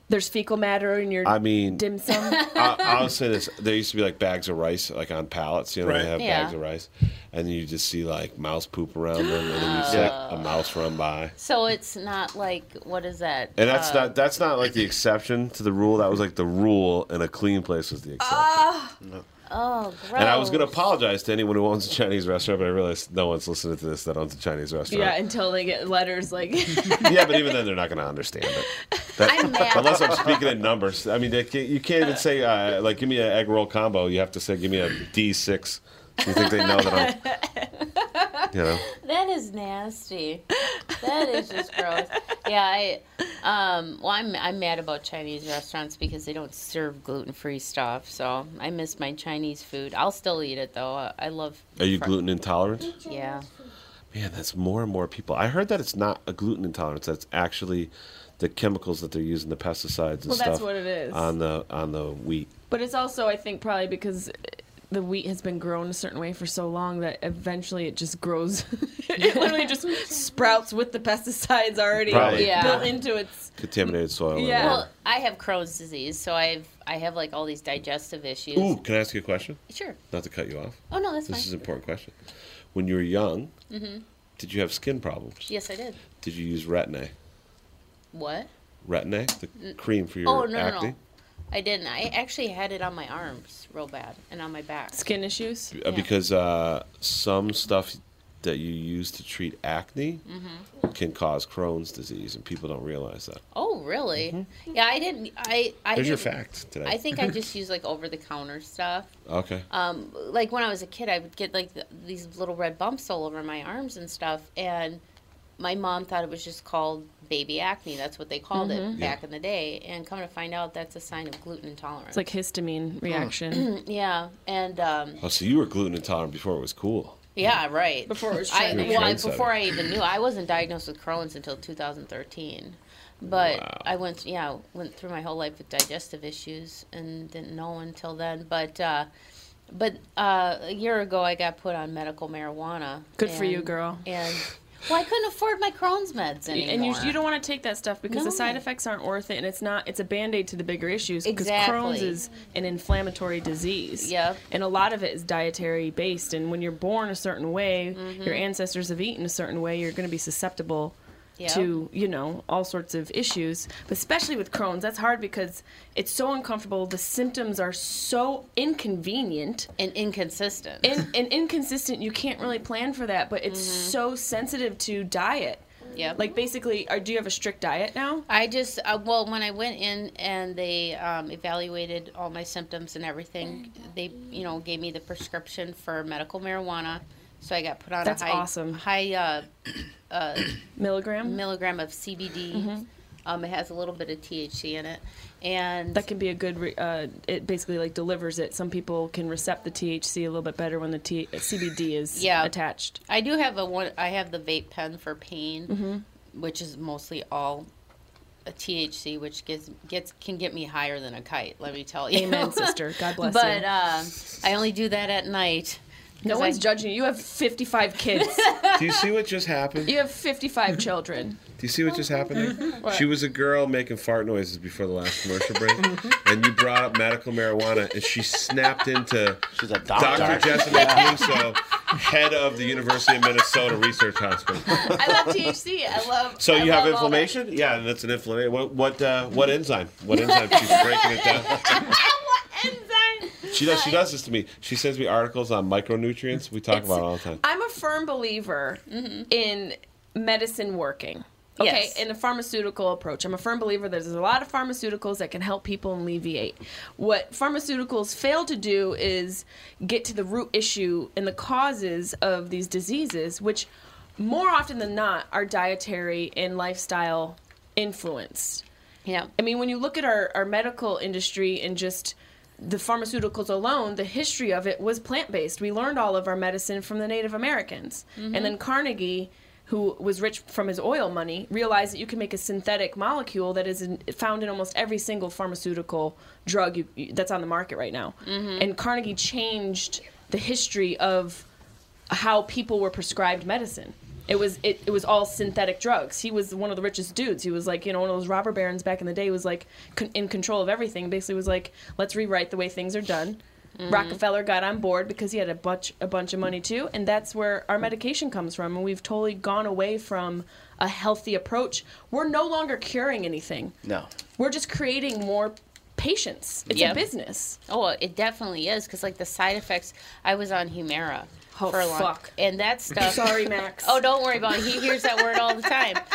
A: there's fecal matter in your.
H: I mean,
A: dim sum.
H: I, I'll say this: there used to be like bags of rice, like on pallets. You know,
A: Right.
H: they have
D: Yeah.
H: bags of rice, and you just see like mouse poop around them, and then you see like, a mouse run by.
D: So it's not like what is that?
H: And that's
D: uh,
H: not that's not like the exception to the rule. That was like the rule, and a clean place was the exception.
A: Ah.
D: Oh, gross.
H: and I was going to apologize to anyone who owns a Chinese restaurant, but I realized no one's listening to this that owns a Chinese restaurant.
A: Yeah, until they get letters like.
H: yeah, but even then, they're not going to understand it. That-
A: I'm mad.
H: Unless I'm speaking in numbers. I mean, they can't, you can't even say, uh, like, give me an egg roll combo. You have to say, give me a D6. You think they know that I'm, you know?
D: That is nasty. That is just gross. Yeah, I um well I'm I'm mad about Chinese restaurants because they don't serve gluten-free stuff. So, I miss my Chinese food. I'll still eat it though. I- I love
H: Are you
D: fr-
H: gluten intolerant?
D: Yeah.
H: Man, that's more and more people. I heard that it's not a gluten intolerance. That's actually the chemicals that they're using, the pesticides and
A: Well,
H: stuff.
A: that's what it is.
H: On the, on the wheat.
A: But it's also, I think, probably because the wheat has been grown a certain way for so long that eventually it just grows. it literally just sprouts with the pesticides already
H: Probably. Yeah.
A: built into its.
D: Mm,
H: Contaminated soil. and
D: Well, I have Crohn's disease, so I've I have like all these digestive issues.
H: Ooh, can I ask you a question?
D: Sure.
H: Not to cut you off.
D: Oh, no, that's
H: This
D: fine.
H: is an important question. When you were young,
D: Mhm.
H: did you have skin problems?
D: Yes, I did.
H: Did you use Retin-A?
D: What?
H: Retin-A, the
D: N-
H: cream for your
D: oh, no, no,
H: acne?
D: no. I didn't. I actually had it on my arms real bad and on my back.
A: Skin issues?
H: Uh, Because uh, some stuff that you use to treat acne
D: Mhm.
H: can cause Crohn's disease, and people don't realize that.
D: Oh, really? Yeah, I didn't. I I
H: There's Mm-hmm. your
D: didn't-
H: fact today.
D: I think I just use like over the counter stuff.
H: Okay.
D: Um, like when I was a kid, I would get like th these little red bumps all over my arms and stuff, and my mom thought it was just called baby acne. That's what they called
A: Mhm.
D: it
A: Yeah.
D: back in the day. And come to find out, that's a sign of gluten intolerance.
A: It's like histamine reaction.
D: yeah, and um,
H: Oh, so you were gluten intolerant before it was cool.
D: yeah, right.
A: Before it was
D: I,
H: trendy.
D: well, I,
H: Trendsetter.
D: before I even knew, I wasn't diagnosed with Crohn's until 2013. But I went, yeah, went through my whole life with digestive issues and didn't know until then. But, uh, but uh, a year ago, I got put on medical marijuana.
A: Good for you,
D: and-
A: girl.
D: And well, I couldn't afford my Crohn's meds anymore.
A: And you, you don't want to take that stuff because
D: No.
A: the side effects aren't worth it, and it's not. It's a band aid to the bigger issues. Because Crohn's
D: Exactly.
A: is an inflammatory disease.
D: Yep.
A: And a lot of it is dietary based. And when you're born a certain way,
D: Mhm.
A: your ancestors have eaten a certain way, you're going to be susceptible
D: Yeah.
A: to you know all sorts of issues but especially with crohn's that's hard because it's so uncomfortable the symptoms are so inconvenient
D: and inconsistent
A: and, and inconsistent you can't really plan for that but it's
D: Mm-hmm.
A: so sensitive to diet
D: yeah
A: like basically are, do you have a strict diet now
D: I just uh, well, when I went in and they um, evaluated all my symptoms and everything,
A: Mm.
D: they you know gave me the prescription for medical marijuana, so I got put on
A: That's
D: a high
A: awesome.
D: high uh, uh,
A: milligram
D: milligram of CBD.
A: Mhm.
D: Um, it has a little bit of THC in it, and
A: that can be a good re- uh, it basically like delivers it some people can recept the thc a little bit better when the T- cbd is
D: Yeah.
A: attached
D: I do have a one. I have the vape pen for pain,
A: Mhm.
D: which is mostly all a THC, which gives gets can get me higher than a kite. Let me tell you.
A: Amen, sister. God bless you.
D: but, um, I only do that at night.
A: No
D: 'cause
A: one's
D: I-
A: judging you. You have 55 kids.
H: Do you see what just happened?
A: you have 55 children.
H: Do you see what
D: Oh
H: just happened? there?
A: What?
H: She was a girl making fart noises before the last commercial break, and you brought up medical marijuana, and she snapped into
I: She's a
H: Dr. Jessica Caruso, head of the University of Minnesota Research Hospital.
D: I love THC. I love.
H: So
D: I
H: you have
D: love all that.
H: inflammation? Yeah, and that's an inflammation. What what uh, what enzyme? What enzyme? She's breaking it down. She does. She does this to me. She sends me articles on micronutrients. We talk
A: It's-
H: about it all the time.
A: I'm a firm believer in medicine working. Okay,
D: Mm-hmm. Yes.
A: in the pharmaceutical approach. I'm a firm believer that there's a lot of pharmaceuticals that can help people alleviate. What pharmaceuticals fail to do is get to the root issue and the causes of these diseases, which more often than not are dietary and lifestyle influenced.
D: Yeah.
A: I mean, when you look at our, our medical industry and just the pharmaceuticals alone, the history of it was plant based. We learned all of our medicine from the Native Americans.
L: Mhm.
A: And then Carnegie, who was rich from his oil money, realized that you can make a synthetic molecule that is in, found in almost every single pharmaceutical drug you, you- that's on the market right now.
D: Mhm.
A: And Carnegie changed the history of how people were prescribed medicine. It was it, it was all synthetic drugs. He was one of the richest dudes. He was like you know one of those robber barons back in the day. who was like con- in control of everything. Basically was like let's rewrite the way things are done.
D: Mhm.
A: Rockefeller got on board because he had a bunch a bunch of money too, and that's where our medication comes from. And we've totally gone away from a healthy approach. We're no longer curing anything.
I: No.
A: We're just creating more patients. It's
D: Yep.
A: a business.
D: Oh, it definitely is because like the side effects. I was on Humira
A: Oh,
D: for a long,
A: fuck.
D: and that stuff.
A: Sorry, Max.
D: Oh, don't worry about it. He hears that word all the time.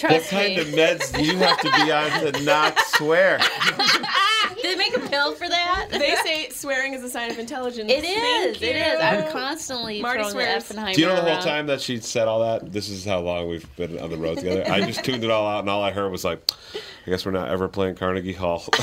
H: What
D: Trust
H: kind
D: me.
H: of meds do you have to be on to not swear?
D: Did they Ah, make a pill for that?
A: They say swearing is a sign of intelligence.
D: It is.
A: Thank
D: It
A: you.
D: is. I'm constantly
A: Marty
D: throwing the
A: swears.
D: Effenheimer
H: Do you know the
D: around.
H: whole time that she said all that? This is how long we've been on the road together. I just tuned it all out, and all I heard was like, "I guess we're not ever playing Carnegie Hall."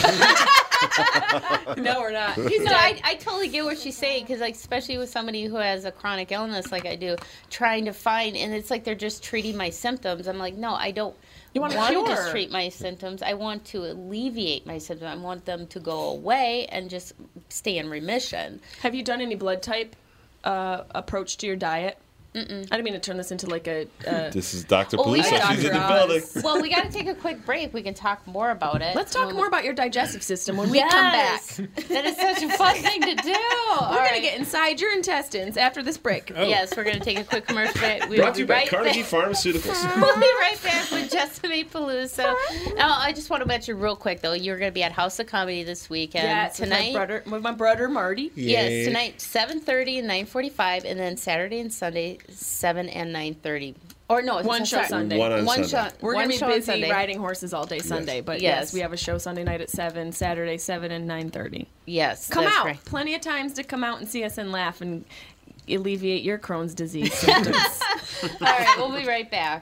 A: no, we're not.
D: You know, I, I totally get what she's saying because, like, especially with somebody who has a chronic illness like I do, trying to find, and it's like they're just treating my symptoms. I'm like, no, I don't
A: You want
D: want
A: a
D: to just
A: cure.
D: treat my symptoms. I want to alleviate my symptoms. I want them to go away and just stay in remission.
A: Have you done any blood type uh, approach to your diet? Mm-mm. I didn't mean to turn this into like a. Uh,
H: this is Doctor
A: Well, we
H: Police.
A: got
H: She's in the
A: Dr.
H: building.
A: Oz.
D: well, we got to take a quick break. We can talk more about it.
A: Let's talk
D: when-
A: more about your digestive system when we
D: Yes.
A: come back.
D: That is such a fun thing to do.
A: We're
D: All
A: gonna
D: right.
A: get inside your intestines after this break.
D: Oh. Yes, we're gonna take a quick commercial break. We will
H: Brought to
D: be
H: you by
D: right
H: Carnegie
D: back.
H: Pharmaceuticals.
D: we'll be right back with Jessica Peluso. Now, I just want to mention real quick though, you're going to be at House of Comedy this weekend
A: Yes, with my
D: tonight.
A: brother- with my brother Marty.
D: Yes, tonight 7:30 and 9:45, and then Saturday and Sunday 7 and 9:30. Or no,
A: One show
D: sorry.
A: Sunday.
H: One on Sunday.
D: show.
A: We're
D: one
A: gonna be
D: show on
A: busy
D: Sunday.
A: riding horses all day Sunday, but yes.
D: Yes.
A: we have a show Sunday night at seven, Saturday seven and nine thirty.
D: Yes,
A: Come
D: that's
A: out,
D: right.
A: plenty of times to come out and see us and laugh and alleviate your Crohn's disease symptoms.
D: All right, we'll be right back.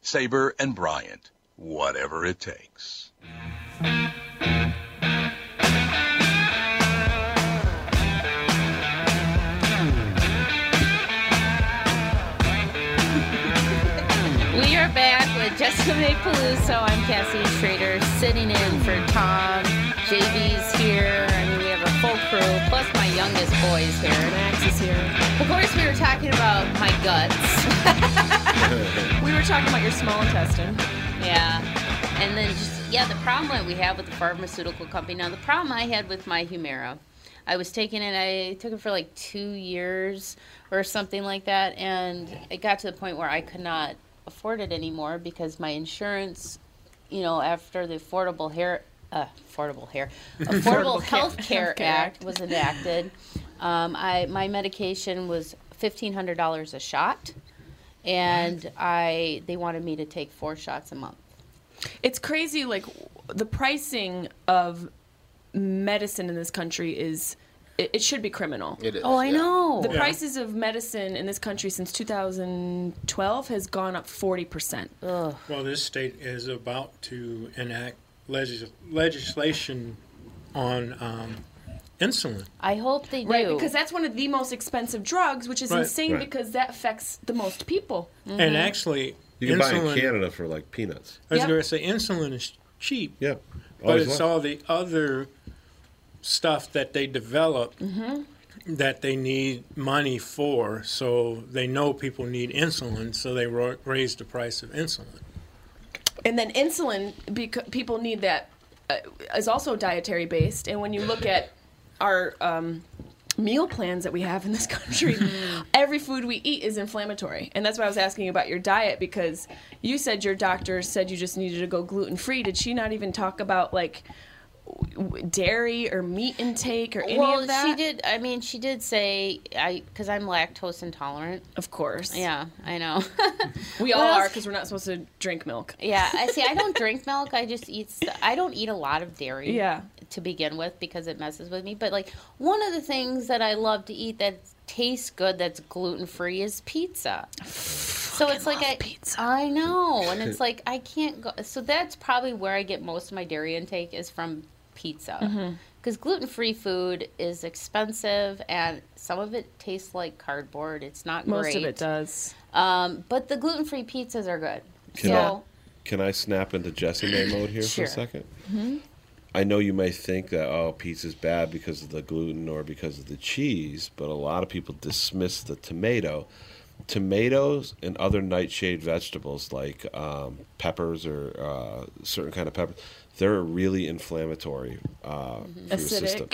F: Sabre and Bryant, whatever it takes.
D: We are back with Jessica May Peluso. I'm Cassie Schrader, sitting in for Tom. JB's here. I mean, we have a full crew, plus my youngest boy is here. Max is here. Of course, we were talking about my guts.
A: We were talking about your small intestine.
D: Yeah. And then just, yeah, the problem that we have with the pharmaceutical company. Now, the problem I had with my Humira, I was taking it, I took it for like two years or something like that. And it got to the point where I could not afford it anymore because my insurance, you know, after the Affordable Hair, uh, Affordable Hair, Affordable
A: Affordable Care-
D: Health Care
A: Healthcare
D: Act
A: Act.
D: was enacted, um, I, my medication was $1,500 a shot. And I, they wanted me to take four shots a month.
A: It's crazy, like w- the pricing of medicine in this country is. It it should be criminal.
I: It is,
D: Oh, I yeah. know.
A: The
D: Yeah.
A: prices of medicine in this country since 2012 has gone up 40%.
C: Well, this state is about to enact legis- legislation on um, insulin.
D: I hope they do.
A: Right, because that's one of the most expensive drugs, which is
C: Right.
A: insane
H: Right.
A: because that affects the most people.
D: Mm-hmm.
C: And actually,
H: You can buy
C: insulin-
H: in Canada for like peanuts. Oh,
C: I was
A: Yeah.
C: going to say insulin is cheap.
H: Yeah.
C: but
H: Always
C: it's
H: was.
C: all the other stuff that they develop
A: Mm-hmm.
C: that they need money for. So they know people need insulin, so they ro- raise the price of insulin.
A: And then insulin, because people need that, uh, is also dietary based. And when you look at our um, meal plans that we have in this country,
D: Mm-hmm.
A: every food we eat is inflammatory. And that's why I was asking you about your diet because you said your doctor said you just needed to go gluten free. Did she not even talk about like w- w- dairy or meat intake or any
D: well,
A: of that?
D: she did. I mean, she did say I because I'm lactose intolerant.
A: Of course.
D: Yeah, I know.
A: We
D: What
A: all
D: else
A: are because we're not supposed to drink milk.
D: yeah, I see. I don't drink milk. I just eat. st- I don't eat a lot of dairy.
A: Yeah.
D: To begin with, because it messes with me. But like one of the things that I love to eat that tastes good, that's gluten free, is pizza. So it's like I, I know, and it's like I can't go. So that's probably where I get most of my dairy intake is from pizza,
A: Mhm.
D: because gluten free food is expensive, and some of it tastes like cardboard. It's not
A: Most
D: great.
A: of it does.
D: Um, but the gluten free pizzas are good.
H: Can,
D: so
H: I, can I snap into Jesse May mode here
D: Sure.
H: for a second?
D: Mhm.
H: I know you may think that oh, pizza's bad because of the gluten or because of the cheese, but a lot of people dismiss the tomato. Tomatoes and other nightshade vegetables like um, peppers or uh, certain kind of peppers, they're really inflammatory uh, for your system.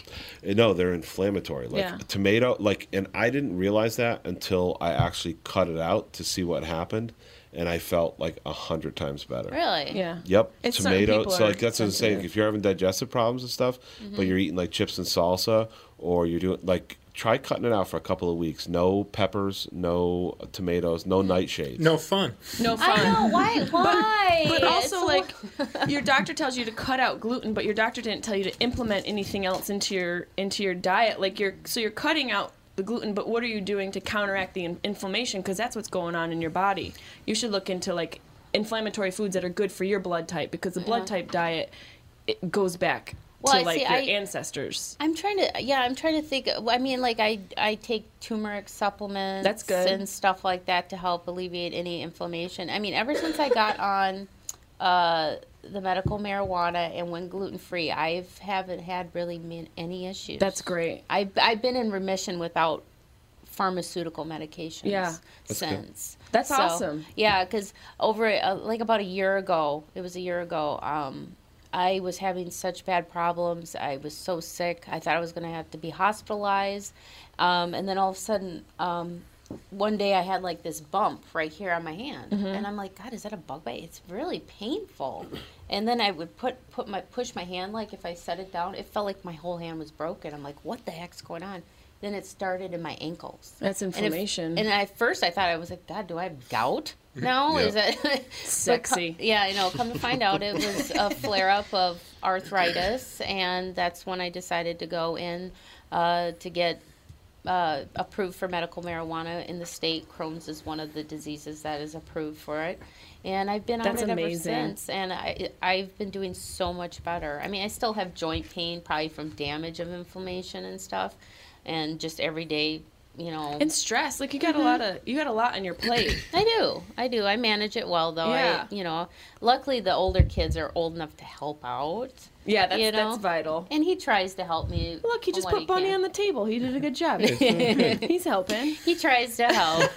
H: Uh, No, they're inflammatory. Like
B: Yeah.
H: tomato, like, and I didn't realize that until I actually cut it out to see what happened, and I felt like a hundred times better.
D: Really?
A: Yeah.
H: Yep.
A: It's certain
H: tomato.
A: people
H: So
A: are
H: like that's what I'm saying.
A: sensitive.
H: If you're having digestive problems and stuff, but
A: Mhm.
H: you're eating like chips and salsa, or you're doing like try cutting it out for a couple of weeks. No peppers, no tomatoes,
A: Mm-hmm.
H: no nightshades.
C: No fun.
A: No fun.
D: I know why. Why?
A: But, also,
D: It's-
A: like, your doctor tells you to cut out gluten, but your doctor didn't tell you to implement anything else into your into your diet. Like, you're so you're cutting out the gluten, but what are you doing to counteract the in- inflammation? Because that's what's going on in your body. You should look into like inflammatory foods that are good for your blood type because the blood type diet it goes back
D: Uh-huh. Well,
A: to
D: I
A: like
D: see,
A: your
D: I-
A: ancestors.
D: I'm trying to, yeah, I'm trying to think. uh, I mean, like I, I take turmeric supplements.
A: That's good.
D: and stuff like that to help alleviate any inflammation. I mean, ever since I got on uh, the medical marijuana and went gluten free, I haven't had really min- any issues.
A: That's great.
D: I I've been in remission without pharmaceutical medications
A: Yeah. That's good.
D: since.
A: That's awesome.
D: Yeah, because over uh, like about a year ago, it was a year ago. Um, I was having such bad problems. I was so sick. I thought I was going to have to be hospitalized, um, and then all of a sudden, um, one day I had like this bump right here on my hand,
A: Mm-hmm.
E: Mhm.
D: and I'm like, God, is that a bug bite? It's really painful. And then I would put put my push my hand like if I set it down, it felt like my whole hand was broken. I'm like, what the heck's going on? Then it started in my ankles.
A: That's
D: And if-
A: inflammation.
D: And, at first I thought I was like, God, do I have gout?
C: Mm-hmm.
D: No,
A: Yeah.
D: is that but co-
A: Sexy.
D: yeah, I know. Come to find out, it was a flare up of arthritis, and that's when I decided to go in uh, to get uh, approved for medical marijuana in the state. Crohn's is one of the diseases that is approved for it, and I've been
A: That's
D: on it
A: amazing.
D: ever since. And I, I've been doing so much better. I mean, I still have joint pain, probably from damage of inflammation and stuff, and just everyday, you know, Mm-hmm.
A: And stress, like you got a lot of you got a lot on your plate.
D: I do. I do. I manage it well though.
A: Yeah.
D: I, you know, luckily the older kids are old enough to help out.
A: Yeah, that's- that's vital.
D: And he tries to help me.
A: Look, he just put Bunny on the table. He did a good job. He's helping.
D: He tries to help.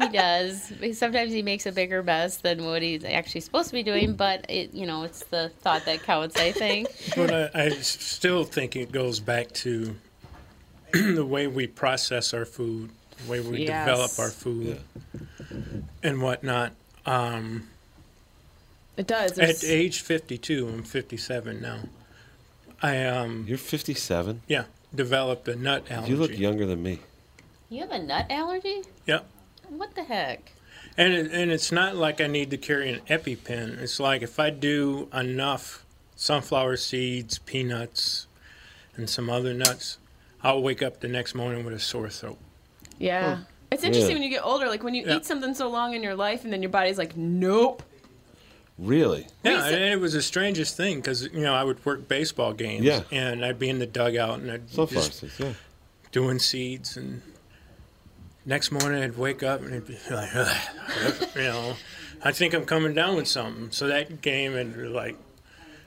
D: he does. Sometimes he makes a bigger mess than what he's actually supposed to be doing, but it, you know, it's the thought that counts. I think.
C: But I, I s- still think it goes back to the way we process our food, the way we
A: Yes.
C: develop our food, and whatnot. Um,
A: It does.
C: at
A: There's-
C: age 52, I'm 57 now. I um.
H: You're 57.
C: Yeah, developed a nut allergy.
H: You look younger than me.
D: You have a nut allergy?
C: Yep.
D: What the heck?
C: And it, and it's not like I need to carry an EpiPen. It's like if I do enough sunflower seeds, peanuts, and some other nuts, I'll wake up the next morning with a sore throat.
A: Yeah.
C: Hmm.
A: It's interesting
C: Yeah.
A: when you get older, like when you
C: Yeah.
A: eat something so long in your life and then your body's like, nope.
H: Really?
C: Yeah, and it was the strangest thing because you know I would work baseball games,
H: Yeah.
C: and I'd be in the dugout and I'd
H: So far,
C: just
H: since, yeah.
C: doing seeds, and next morning I'd wake up and it'd be like, you know, I think I'm coming down with something. So that game and like,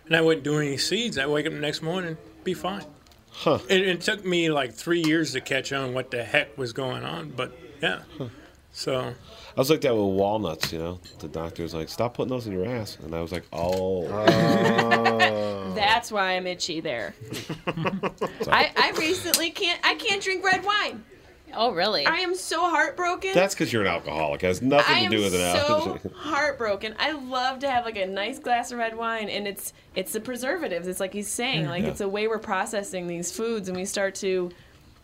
C: and I wouldn't do any seeds. I would wake up the next morning, be fine.
H: Huh.
C: It, it took me like three years to catch on what the heck was going on, but yeah. So
H: I was like that with walnuts, you know. The doctor was like, "Stop putting those in your ass," and I was like, "Oh." Uh.
C: Oh.
A: That's why I'm itchy there. I, I recently can't I can't drink red wine.
D: Oh really?
A: I am so heartbroken.
H: That's because you're an alcoholic. It has nothing
A: I
H: to
A: am
H: do with an
A: so
H: allergy.
A: heartbroken. I love to have like a nice glass of red wine, and it's it's the preservatives. It's like he's saying, like
H: Mm, Yeah.
A: it's a way we're processing these foods, and we start to,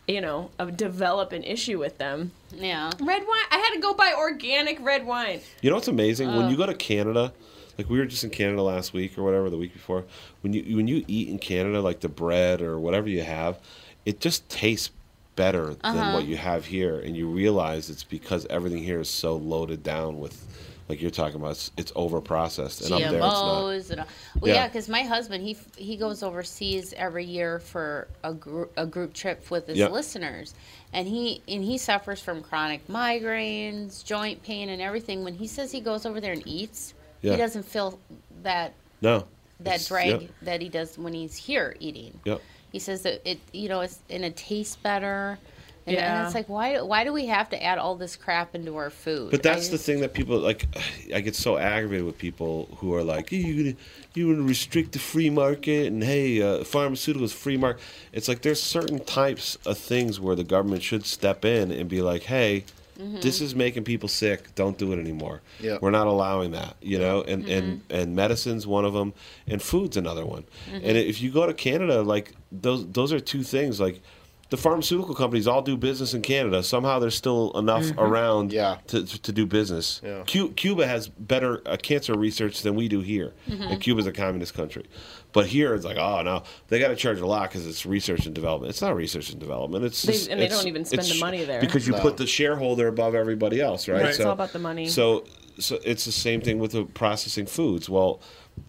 A: you know, uh, develop an issue with them.
D: Yeah,
A: red wine. I had to go buy organic red wine.
H: You know what's amazing? when
D: Oh.
A: Ugh.
H: you go to Canada, like we were just in Canada last week or whatever, the week before, when you when you eat in Canada, like the bread or whatever you have, it just tastes better than
D: Uh-huh.
H: what you have here, and you realize it's because everything here is so loaded down with, like you're talking about, it's, it's over processed, and up there it's not.
D: GMOs and all. well, yeah,
H: Yeah.
D: because my husband he f- he goes overseas every year for a group a group trip with his
H: Yep.
D: listeners, and he and he suffers from chronic migraines, joint pain, and everything. When he says he goes over there and eats,
H: Yeah.
D: he doesn't feel that
H: No.
D: that
H: It's-
D: drag
H: Yep.
D: that he does when he's here eating.
H: yep.
D: He says that it, you know, it's and it tastes better. And, and
H: Yeah.
D: it's like, why, why do we have to add all this crap into our food?
H: But that's
D: I-
H: the thing that people like. I get so aggravated with people who are like, "You gonna, you gonna restrict the free market?" And hey, uh, pharmaceuticals free market. It's like there's certain types of things where the government should step in and be like, "Hey, this
D: Mm-hmm.
L: Mhm.
H: is making people sick. Don't do it anymore.
L: Yeah.
H: We're not allowing that." You know,
D: Mm-hmm.
H: and and and medicine's one of them, and food's another one.
D: Mm-hmm.
H: And
L: Mhm.
H: if you go to Canada, like those those are two things like. The pharmaceutical companies all do business in Canada. Somehow there's still enough
D: Mm-hmm.
L: Mhm.
H: around to, to do business. Cu- Cuba has better uh, cancer research than we do here,
A: Mm-hmm.
L: Mhm.
H: and Cuba's a communist country. But here it's like, oh no, they got to charge a lot because it's research and development. It's not research and development. It's
A: They-
H: just-
A: and they
H: it's-
A: don't even spend
H: it's
A: the money there.
H: because you
A: No.
H: put the shareholder above everybody else, right?
A: Right. It's all about the money.
H: So so it's the same thing with the processing foods. Well,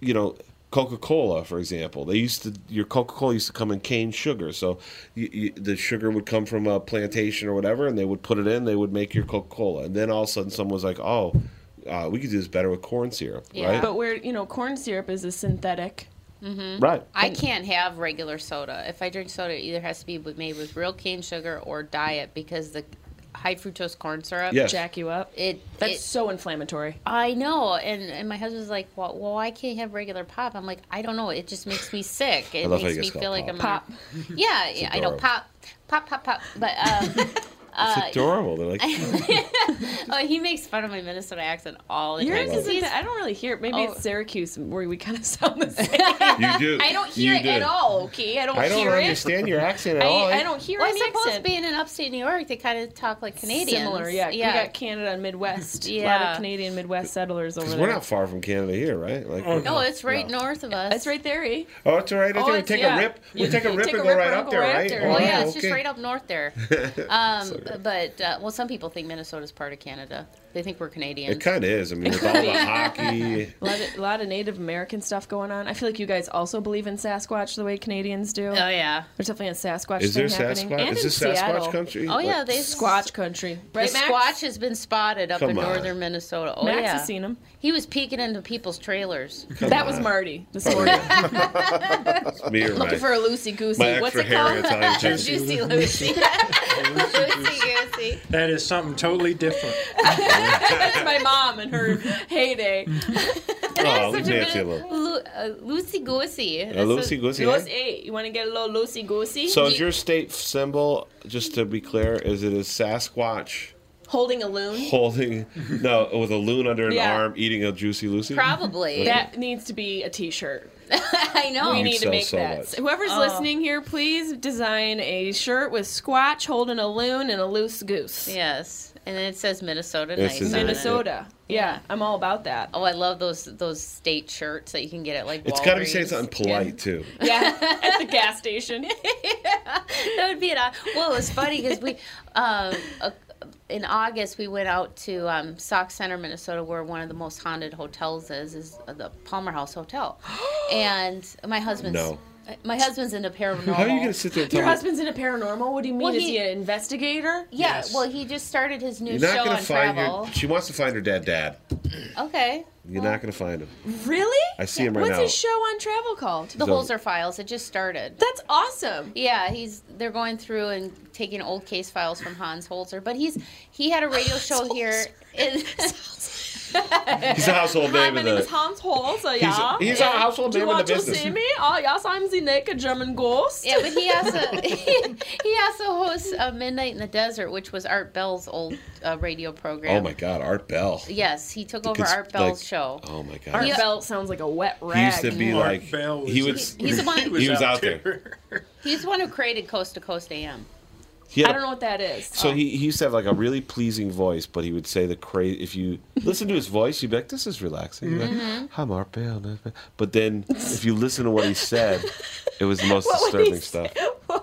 H: you know, Coca Cola, for example, they used to your Coca Cola used to come in cane sugar, so you, you, the sugar would come from a plantation or whatever, and they would put it in. They would make your Coca Cola, and then all of a sudden, someone was like, "Oh, uh, we could do this better with corn syrup, right?"
A: But we're you know corn syrup is a synthetic.
D: Mm-hmm.
H: Right.
D: I can't have regular soda. If I drink soda, it either has to be with- made with real cane sugar or diet because the high fructose corn syrup
A: Yes. Jack you up.
D: It
A: That's
D: it-
A: so inflammatory.
D: I know, and, and my husband's like, well, well, why can't you have regular pop? I'm like, I don't know. It just makes me sick. It
H: love how
D: makes
H: you
D: me
H: guys call
D: feel
H: it
D: like I'm
A: pop.
D: A, yeah, yeah, I know
H: adorable.
D: pop, pop, pop, pop. But um,
H: It's
D: uh,
H: adorable. They're like,
D: oh, he makes fun of my Minnesota accent all the
A: Yours
D: time. Oh.
A: isn't. that- I don't really hear. it. Maybe it's Syracuse where we kind of sound the same.
H: You do.
D: I don't hear
H: You
D: it
H: do.
D: at all. Okay, I don't.
H: I don't
D: hear
H: understand
D: it.
H: your accent at
D: I,
H: all.
D: I don't hear.
A: Well, I
D: any
A: suppose
D: accent. being in upstate New York, they kind of talk like Canadians.
A: Similar, yeah.
D: Yeah.
A: We got Canada and Midwest. A lot
D: Yeah.
A: of Canadian Midwest settlers over
H: Because
A: there.
H: we're not far from Canada here, right? Like,
A: Oh,
D: No, it's right north of us. It's
A: right there, eh?
H: Oh, it's all right. I
D: Oh,
H: think we
D: it's-
H: take
D: yeah.
H: a rip. We
D: You-
H: take a
D: you
H: rip
D: take
H: and
D: a
H: go
D: rip
H: right
D: and
H: up
D: go
H: there,
D: right
H: right? Oh,
D: there. Well, yeah, it's just right up north there. Um,
H: So good.
D: but uh, well, some people think Minnesota's part of Canada. They think we're Canadians.
H: It kind of is. I mean, with all the hockey.
A: A lot, of, a lot of Native American stuff going on. I feel like you guys also believe in Sasquatch the way Canadians do. Oh
D: yeah,
A: there's definitely a Sasquatch.
H: Is
A: thing
H: there
A: happening.
H: Sasquatch-
A: And
H: is
A: in
H: this Sasquatch
A: Seattle.
H: country?
D: Oh, yeah, Like- they-
A: Squatch country. Right,
D: the
A: Max?
D: squatch has been spotted up
A: Come
D: in
A: on.
D: northern Minnesota. Oh
A: Max
D: yeah,
A: has seen him.
D: He was peeking into people's trailers.
A: Come That was on. Marty this morning.
H: It's me or
D: Looking
H: my-
D: for a loosey
H: my
D: goosey. What's
H: extra
D: it called?
H: hair Italian
C: Juicy
D: Juicy
C: Lucy.
D: Lucy. Loosey goosey.
C: That is something totally different.
A: That's my mom and her heyday.
H: Oh, leave Nancy alone.
A: uh,
D: Loosey goosey.
H: A loosey-goosey, eh?
A: You want to get a little loosey goosey?
H: So is your state symbol, just to be clear, is it a Sasquatch
A: holding a loon?
H: holding, no, with a loon under an
A: Yeah.
H: arm eating a Juicy Lucy?
D: Probably.
A: That needs to be a T-shirt.
D: I know.
A: We
H: You'd
A: need to
H: sell
A: make
H: so
A: that.
H: much.
A: Whoever's
D: Oh.
A: listening here, please design a shirt with Squatch holding a loon and a loose goose.
D: Yes, and then it says Minnesota.
H: This
D: nice
H: is
D: on it.
A: Minnesota. Yeah, I'm all about that.
D: Oh, I love those those state shirts that you can get at like.
H: It's got to be
D: Walgreens.
H: saying something polite, too.
A: Yeah, at the gas station.
D: that would be an. Well, it was funny because we, um, uh, in August we went out to um, Sauk Center, Minnesota, where one of the most haunted hotels is, is the Palmer House Hotel, and my husband's. uh,
H: No.
D: My husband's into paranormal.
H: How are you going to sit there and tell
A: Your
H: me-
A: husband's in a paranormal. What do you mean?
D: Well,
A: Is
D: he-
A: he an investigator?
D: Yeah, well, he just started his new
H: You're
D: show
H: not
D: on
H: going to find
D: travel.
H: your, she wants to find her dead dad.
D: Okay.
H: You're not going to find him.
A: Really?
H: I see him right
A: What's
H: now.
A: his show on travel called?
D: The Holzer files. It just started.
A: That's awesome.
D: Yeah, he's they're going through and taking old case files from Hans Holzer, but he's he had a radio show here. in-
H: He's a household
A: Hi,
H: name
A: my
H: in
A: name is
H: the.
A: Hans Holzer,
H: He's-
A: yeah.
H: he's a household
A: Do you
H: name in the
A: want to
H: business.
A: see me? Oh, yes, I'm the naked German ghost.
D: yeah, but he also he also hosts uh, Midnight in the Desert, which was Art Bell's old uh, radio program.
H: Oh my God, Art Bell.
D: Yes, he took over
H: Cons-
D: Art Bell's
H: like-
D: show.
H: Oh my God.
A: Art Bell sounds like a wet rag.
H: He used to be like he would.
D: he's the one-
H: He was, out there.
D: He's the one who created Coast to Coast AM.
H: He had
D: I
H: a-
D: don't know
A: what that is.
D: Oh.
H: So he, he used to have like a really pleasing voice, but he would say the crazy. If you listen to his voice, you'd be like, "This is relaxing." You're
B: Mhm.
H: Like, I'm Art Bell. nah, nah." But then, if you listen to what he said, it was the most
B: What would he
H: disturbing
B: say?
H: stuff.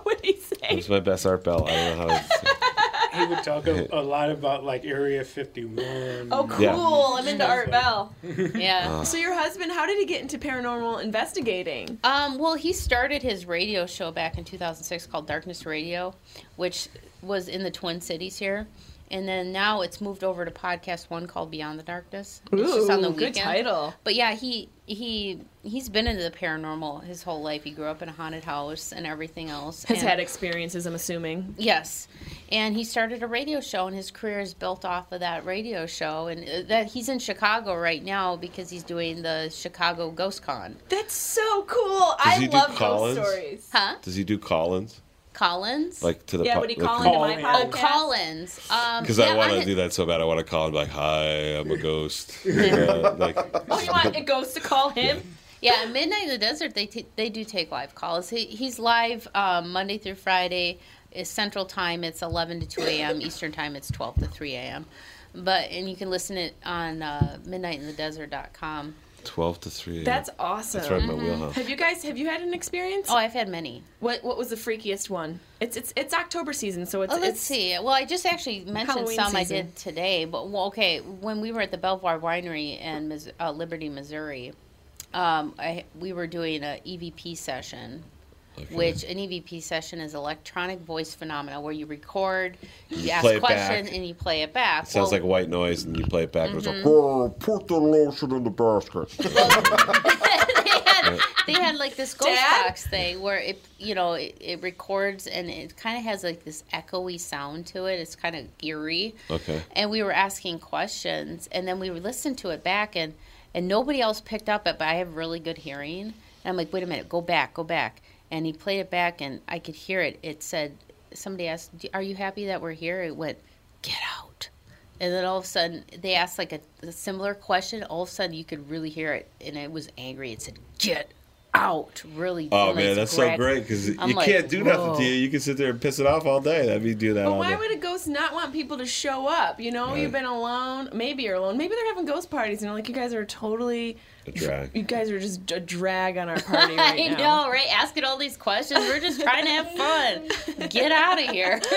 H: It was my best Art Bell. I don't know how. To,
C: He would talk a, a lot about like Area 51.
A: Oh, cool.
H: Yeah. Uh.
A: I'm into Art Bell.
D: Yeah.
A: So your husband, how did he get into paranormal investigating?
D: Um, well, he started his radio show back in 2006 called Darkness Radio, which was in the Twin Cities here. And then now it's moved over to podcast one called Beyond the Darkness. It's just on the
A: Ooh, good
D: weekend.
A: title.
D: But yeah, he he he's been into the paranormal his whole life. He grew up in a haunted house and everything else.
A: Has
D: and-
A: had experiences, I'm assuming.
D: Yes, and he started a radio show, and his career is built off of that radio show. And uh, that he's in Chicago right now because he's doing the Chicago Ghost Con.
A: That's so cool!
H: Does he do Collins?
D: huh?
H: does he do Collins?
D: Collins.
H: Like, to the Yeah,
D: yeah,
H: po-
D: would
H: would
D: he
H: he
D: call
H: like-
D: into
H: call
D: my
H: in.
D: podcast? Oh, Collins. Um,
H: Because I want to do that so bad. I want to call him like, "Hi, I'm a ghost." Uh, like,
D: Oh, you
A: want it goes to call him?
D: Yeah, at Midnight in the Desert, they t- they do take live calls. He, he's live um, Monday through Friday, is Central Time. It's 11 to 2 a.m. Eastern Time. It's 12 to 3 a.m. But and you can listen it on uh, midnightinthedesert.com.
H: Twelve to three.
A: That's awesome.
H: That's right in my wheelhouse.
A: Have you guys have you had an experience? Oh,
D: I've had many.
A: What what was the freakiest one? It's it's it's October season, so it's
D: Oh, let's
A: it's
D: see. Well, I just actually mentioned
A: Halloween
D: some I
A: season.
D: did today, but well, okay, when we were at the Belvoir Winery in Mis- uh, Liberty, Missouri, um, I, we were doing a EVP session. Which an EVP session is electronic voice phenomena where you record, you,
H: You
D: ask
H: play it
D: questions,
H: back.
D: and you play it back.
H: It sounds
D: Well,
H: like white noise, and you play it back, and it's like,
D: Mhm.
H: "Oh, put the lotion in the basket.
D: they had like this ghost box thing where it you know it, it records and it kind of has like this echoey sound to it it's kind of eerie
H: Okay.
D: and we were asking questions and then we would listen to it back and and nobody else picked up it but i have really good hearing and i'm like wait a minute go back go back and he played it back and i could hear it it said somebody asked "Do- are you happy that we're here it went get out and then all of a sudden they asked like a, a similar question all of a sudden you could really hear it and it was angry it said get out really
H: Oh
D: like,
H: man, that's so
D: grab-
H: great because you
D: I'm like,
H: can't do nothing
D: whoa.
H: to you. You can sit there and piss it off all day. That'd be do that
A: But
H: all
A: why
H: day.
A: would a ghost not want people to show up? You know,
H: Right.
A: you've been alone. Maybe you're alone. Maybe they're having ghost parties, and they're like, "You guys are totally,
H: A drag.
A: you guys are just a drag on our party right
D: I
A: now."
D: know, right? Asking all these questions. We're just trying to have fun. Get out of here.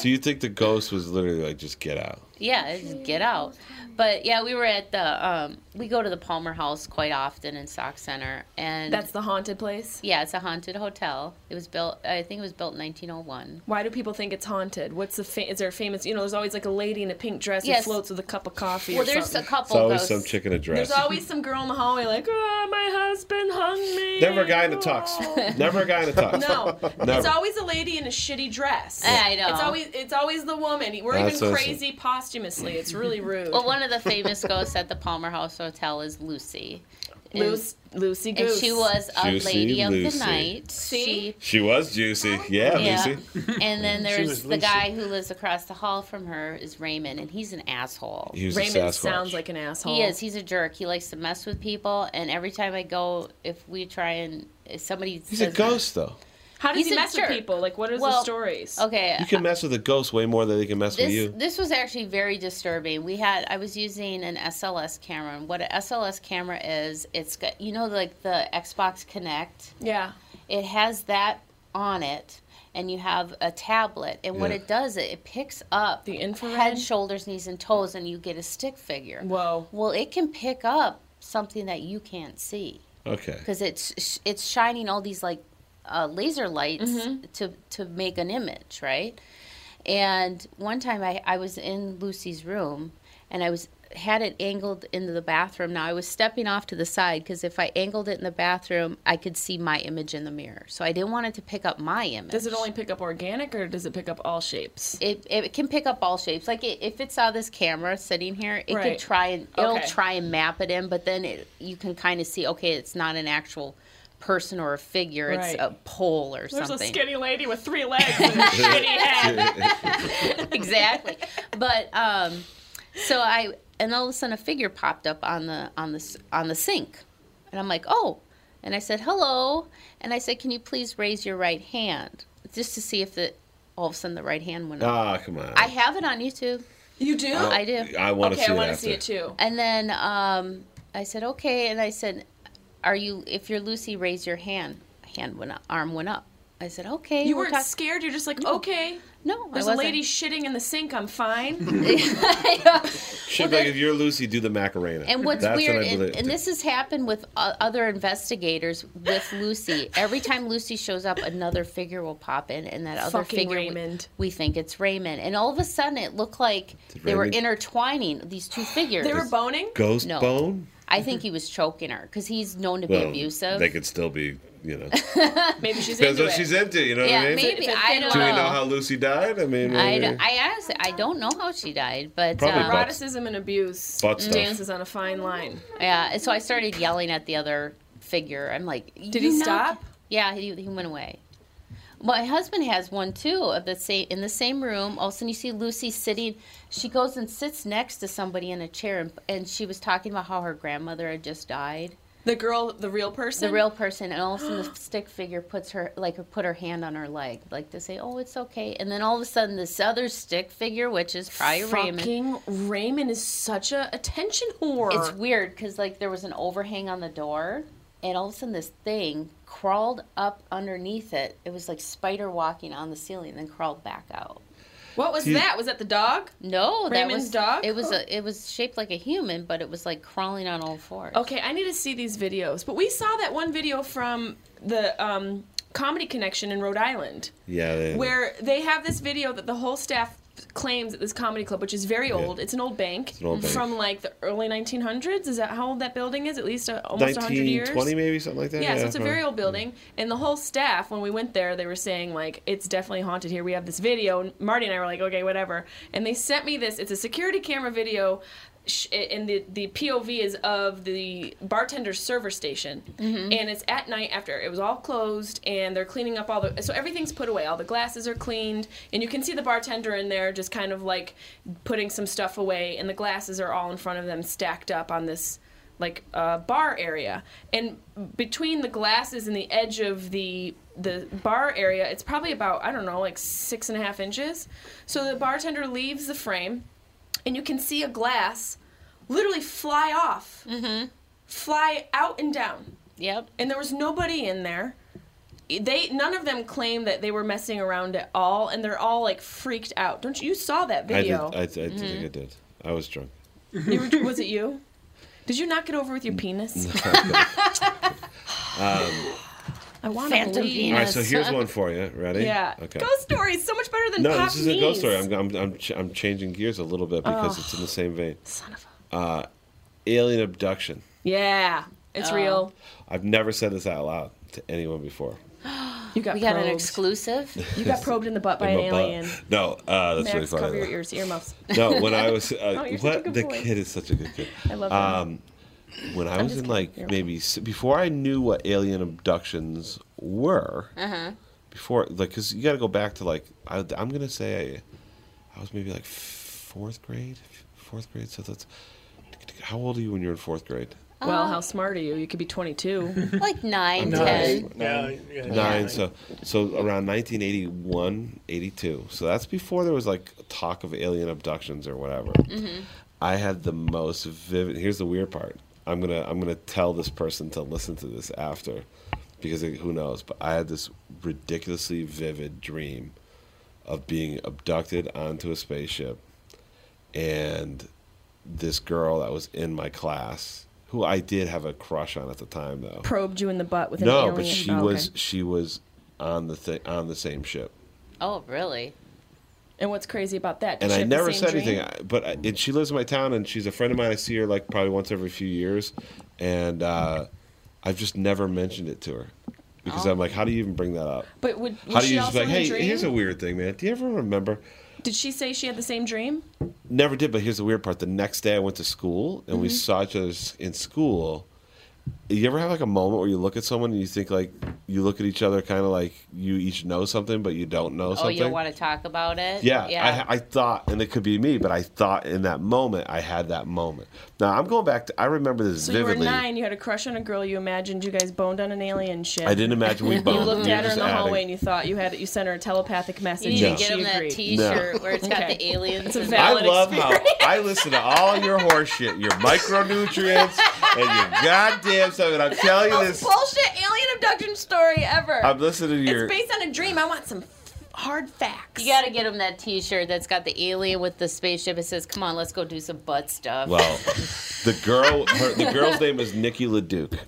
H: So you think the ghost was literally like, just get out?
D: yeah, it's just get out. But yeah, we were at the um, we go to the Palmer House quite often in Sock Center, and
A: That's the haunted place.
D: yeah, it's a haunted hotel. It was built, I think it was built oh in 1901.
A: Why do people think it's haunted? What's the fa- is there a famous? You know, there's always like a lady in a pink dress
D: Yes.
A: who floats with a cup of coffee.
D: Well,
A: or
D: there's
A: something.
D: a
H: It's
D: couple
H: always
D: ghosts.
H: some chicken address.
A: There's always some girl in the hallway like, "Oh, my husband hung me."
H: Never a guy in the tux. Never a guy in the tux.
A: No, it's
H: Never.
A: always a lady in a shitty dress.
D: I know.
A: It's always it's always the woman. We're
H: That's
A: even
H: awesome.
A: crazy posthumously. It's really rude.
D: Well, one of the famous ghosts at the Palmer House Hotel is Lucy. And-
A: Lucy, Lucy
D: and
A: Goose.
D: she was a
H: Juicy
D: lady of
H: Lucy.
D: the night. See,
H: She was juicy.
D: Oh,
H: Yeah, Lucy.
D: And then
H: She
D: there's
H: was
D: the
H: Lucy.
D: guy who lives across the hall from her is Raymond, and he's an asshole.
H: He was a Raymond Sasquatch. sounds
A: like an asshole.
D: He is. He's a jerk. He likes to mess with people, and every time I go, if we try and if somebody
H: He's a
D: says,
H: ghost though.
A: How does
D: He's
A: he
D: a
A: mess
D: jerk.
A: with people? Like, what are the
D: Well,
A: stories?
D: Okay,
H: You can mess with a ghost way more than they can mess
D: this
H: with you.
D: this was actually very disturbing. We had I was using an SLS camera, and what an SLS camera is, it's got you know like the Xbox Connect.
A: Yeah.
D: It has that on it, and you have a tablet, and what
A: Yeah.
D: it does, it, it picks up the infrared head, shoulders, knees, and toes, and you get a stick figure.
A: Whoa.
D: Well, it can pick up something that you can't see
H: Okay.
D: because it's it's shining all these like uh, laser lights
A: Mm-hmm.
D: to to make an image, right? And one time I I was in Lucy's room and I was had it angled into the bathroom. Now I was stepping off to the side because if I angled it in the bathroom, I could see my image in the mirror. So I didn't want it to pick up my image.
A: Does it only pick up organic or does it pick up all shapes?
D: It, it can pick up all shapes. Like it, if it's saw this camera sitting here, it
A: Right.
D: could try and it'll
A: Okay.
D: try and map it in, but then it, you can kind of see okay, it's not an actual person or a figure,
A: Right.
D: it's a pole or
A: There's a
D: something.
A: skinny lady with three legs and a shitty head.
D: exactly. But um, so I and all of a sudden a figure popped up on the on the s- on the sink, and I'm like, oh, and I said hello, and I said, can you please raise your right hand just to see if the all of a sudden the right hand went up.
H: Ah, come on.
D: I have it on YouTube.
A: You do?
H: Oh,
D: I do.
H: I wanna Okay, I see it wanna see after.
A: too.
D: And then um, I said, okay. And I said, are you, if you're Lucy, raise your hand. Hand went up, arm went up. I said, okay.
A: You
D: we're
A: weren't
D: talk-
A: scared. You're just like, okay.
D: No, I
A: There's a
D: wasn't.
A: lady shitting in the sink. I'm fine.
H: Should be like if you're Lucy, do the Macarena.
D: And what's
H: That's
D: weird,
H: what I
D: and,
H: believe.
D: and this has happened with uh, other investigators with Lucy. Every time Lucy shows up, another figure will pop in, and that other
A: Fucking
D: figure we- We, think it's Raymond, and all of a sudden it looked like
H: Did
D: they were
H: Raymond-
D: intertwining these two figures.
A: They were boning.
H: ghost
D: No.
H: bone.
D: I think he was choking her because he's known to be abusive.
H: They could still be, you know.
A: maybe she's
H: Depends what she's into. You know
D: yeah,
H: what I mean?
D: maybe I don't
H: Do
D: know.
H: we know how Lucy died? I mean,
D: I,
H: maybe-
D: don't- I honestly I don't know how she died, but
H: Probably
D: um,
H: butt-
A: Eroticism and abuse
H: Butt stuff.
A: dances on a fine line.
D: yeah. So I started yelling at the other figure. I'm like,
A: Did
D: "You
A: he
D: not-"
A: stop?
D: Yeah, he, he went away. My husband has one too of the same in the same room. All of a sudden, you see Lucy sitting. She goes and sits next to somebody in a chair, and, and she was talking about how her grandmother had just died.
A: The girl, the real person.
D: The real person, and all of a sudden the stick figure puts her like put her hand on her leg, like to say, "Oh, it's okay." And then all of a sudden, this other stick figure, which is probably Raymond,
A: Fucking Raymond is such a attention whore.
D: it's weird because like there was an overhang on the door, and all of a sudden this thing crawled up underneath it. It was like spider walking on the ceiling, then crawled back out.
A: What was
D: He-
A: that? Was that the dog?
D: No, that
A: Raymond's
D: was
A: dog.
D: It was a, it was shaped like a human, but it was like crawling on all fours.
A: Okay, I need to see these videos. But we saw that one video from the um, Comedy Connection in Rhode Island.
H: Yeah. They,
A: where they have this video that the whole staff claims at this comedy club, which is very
H: Yeah.
A: old. It's an old bank
H: It's an old bank.
A: from like the early 1900s. Is that how old that building is? At least uh, almost 100
H: 1920
A: years.
H: maybe something like that.
A: Yeah, so it's a very
H: huh. Hmm.
A: old building, and the whole staff, when we went there, they were saying like it's definitely haunted here. We have this video, and Marty and I were like, okay, whatever. And they sent me this. It's a security camera video, sh- and the the POV is of the bartender's server station,
E: Mhm.
A: and it's at night after it was all closed, and they're cleaning up all the so everything's put away. All the glasses are cleaned, and you can see the bartender in there just kind of like putting some stuff away, and the glasses are all in front of them stacked up on this like uh, bar area and between the glasses and the edge of the the bar area it's probably about i don't know like six and a half inches so the bartender leaves the frame and you can see a glass literally fly off mm-hmm. fly out and down
D: yep
A: and there was nobody in there they none of them claim that they were messing around at all and they're all like freaked out don't you, you saw that
H: I did.
A: video Mm-hmm.
H: I, I did think I did. I was drunk.
D: Mm-hmm.
A: You were- was it you did you not get over with your penis
H: Um,
A: I want to believe.
H: all right, so here's one for you. Ready?
A: Yeah.
H: Okay.
A: Ghost story is so much better than
H: no,
A: pop
H: this is a
A: memes.
H: ghost story. I'm, I'm, I'm, ch- I'm changing gears a little bit because
A: Oh.
H: it's in the same vein.
A: Son of
H: a. Uh, alien abduction.
A: Yeah, it's
D: Oh.
A: real.
H: I've never said this out loud to anyone before.
A: You got
D: we got an
A: probed.
D: exclusive.
A: You got probed in the butt by
H: In
A: an
H: my butt.
A: alien.
H: No, uh, that's
A: Max,
H: really funny.
A: cover your
H: though.
A: ears, earmuffs.
H: No, when I was uh,
A: Oh, you're such a
H: what
A: good
H: the
A: boy.
H: kid is such a good kid.
A: I love that.
H: um, when I
A: I'm
H: was
A: just
H: in
A: kidding.
H: like
A: You're
H: maybe s- before I knew what alien abductions were.
D: Uh-huh.
H: Before like cuz you got to go back to like I, I'm going to say I, I was maybe like 4th grade, 4th grade so that's how old are you when you're in 4th grade?
A: well, how smart are you? You could be 22.
D: like nine,
H: Nine.
D: ten.
C: Nine.
H: nine so so around 1981 82 so that's before there was like talk of alien abductions or whatever
D: Mhm.
H: i had the most vivid here's the weird part i'm gonna i'm gonna tell this person to listen to this after because it- who knows but i had this ridiculously vivid dream of being abducted onto a spaceship and this girl that was in my class who i did have a crush on at the time though
A: Probed you in the butt with an
H: no,
A: alien.
H: but she
A: Oh, okay.
H: was she was on the thing on the same ship,
D: Oh, really?
A: And what's crazy about that? Did
H: and
A: she
H: I
A: have the
H: never
A: same
H: said
A: dream?
H: anything. I- But I, and she lives in my town, and she's a friend of mine. I see her like probably once every few years, and uh, I've just never mentioned it to her because I'm like, how do you even bring that up?
A: Oh. But would, was
H: How do
A: she
H: you
A: also
H: just like,
A: in the
H: hey,
A: dream?
H: here's a weird thing, man. Do you ever remember?
A: Did she say she had the same dream?
H: Never did, but here's the weird part. The next day I went to school and we
A: Mhm.
H: saw each other s- in school. You ever have like a moment where you look at someone and you think like you look at each other kind of like you each know something but you don't know
D: Oh,
H: something?
D: you want to talk about it?
H: yeah,
D: Yeah.
H: I, I thought, and it could be me, but I thought in that moment I had that moment. Now I'm going back to I remember this
A: So you
H: vividly.
A: were nine, you had a crush on a girl, you imagined you guys boned on an alien ship.
H: I didn't imagine we boned.
A: You looked
H: You're
A: at her
H: just
A: in the
H: adding-
A: hallway and you thought you had you sent her a telepathic message.
H: need to
A: and
H: get
A: she
D: him that
A: agreed.
D: t-shirt
H: No.
D: where it's got the
A: Okay.
D: aliens.
A: It's a
D: and-
H: I
A: valid
H: love
A: experience.
H: how I listen to all your horseshit, your micronutrients, and your goddamn stuff. And I'm telling you
A: Most
H: this,
A: bullshit alien abduction story ever.
H: I'm listening to your.
D: It's
A: based on a dream. I want some hard facts.
D: You got to get him that T-shirt that's got the alien with the spaceship. It says, "Come on, let's go do some butt stuff."
H: Well, the girl, her, the girl's name is Nikki LaDuke.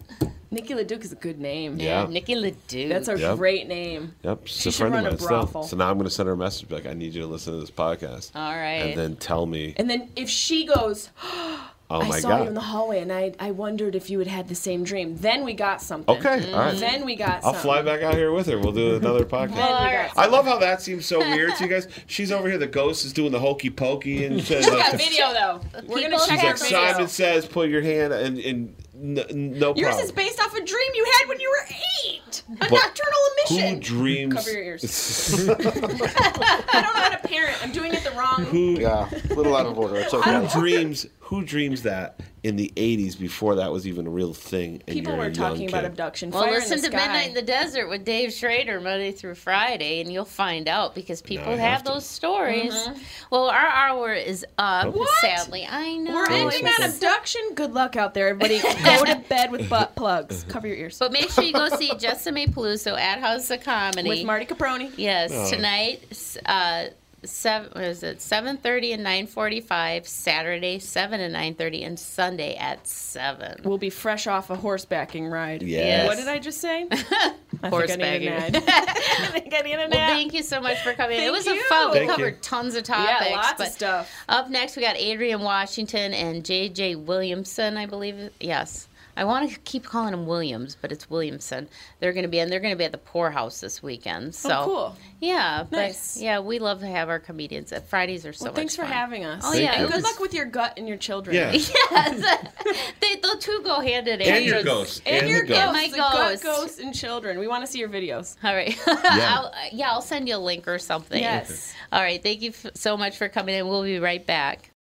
A: Nikki LaDuke is a good name.
H: Yeah. Yeah,
D: Nikki LaDuke.
A: That's a
H: Yep.
A: great name.
H: Yep, she's
A: She
H: a
A: should
H: friend of
A: run a
H: mine. still.
A: brothel.
H: So now I'm going to send her a message like, "I need you to listen to this podcast."
A: All right.
H: And then tell me.
A: And then if she goes,
H: Oh
A: I
H: my
A: saw
H: god.
A: you in the hallway and I, I wondered if you had had the same dream. Then we got something.
H: okay, all right.
A: Mm-hmm. Then we got
H: I'll
A: something.
H: fly back out here with her. We'll do another podcast.
A: Well, all right.
H: I love how that seems so weird to you guys. She's over here. The ghost is doing the hokey pokey and says,
A: We got
H: like,
A: video though. We're gonna
D: People
A: check
H: she's
A: our
H: like
A: video.
H: Simon says, "Put your hand and and no, no
A: Yours
H: problem."
A: is based off a dream you had when you were eight. A
H: But
A: nocturnal emission.
H: Who dreams?
A: Cover your ears. I don't know how to parent. I'm doing it the wrong.
H: Who?
I: Yeah, a little out of order. It's okay.
H: Who dreams? Who Who dreams that in the 80s before that was even a real thing? And
A: People
H: you're a
A: were talking
H: young
A: about
H: kid?
A: abduction.
D: Well,
A: Fire in
D: listen
A: the
D: to
A: sky.
D: Midnight in the Desert with Dave Schrader Monday through Friday, and you'll find out because people
A: I
D: have,
A: have
D: those stories.
A: Mhm.
D: Well, our hour is up,
A: What?
D: sadly. I know.
A: We're ending that abduction. Good luck out there, everybody. Go to bed with butt
D: Mm-hmm.
A: plugs. Cover your ears.
D: But make sure you go see Justin May Peluso at House of Comedy
A: With Marty Caproni.
D: Yes,
A: Oh.
D: tonight, s- uh, seven. What is it? Seven thirty and nine forty-five. Saturday, seven and nine thirty, and Sunday at seven.
A: We'll be fresh off a horsebacking ride.
D: Yes.
A: What did I just say? I think I need a
D: Horsebacking.
A: nap. I think I need a
D: Well,
A: nap.
D: thank you so much for coming. in. it
A: Thank
D: was
A: you.
D: a fun. We
A: Thank you.
D: covered tons of
A: Yeah,
D: topics.
A: lots of
D: but
A: stuff.
D: Up next, we got Adrian Washington and J.J. Williamson, I believe. Yes. I want to keep calling him Williams, but it's Williamson. They're going to be and they're going to be at the poorhouse this weekend. So
A: Oh, cool.
D: Yeah,
A: Nice.
D: but yeah, we love to have our comedians. Uh, Fridays are so.
A: Well, thanks
D: much
A: for
D: fun.
A: having us.
D: Oh yeah,
A: And
D: it
A: good
D: was-
A: luck with your gut and your children.
D: Yeah. yes, they the two go hand in
H: And
D: hand.
H: your ghost.
A: And,
H: And
A: your
H: the ghost.
A: ghost.
D: My
A: The gut,
D: ghost.
A: ghost, and children. We want to see your videos.
D: All right.
A: Yeah.
D: I'll, yeah, I'll send you a link or something.
A: Yes.
D: All right. Thank you f- so much for coming in. We'll be right back.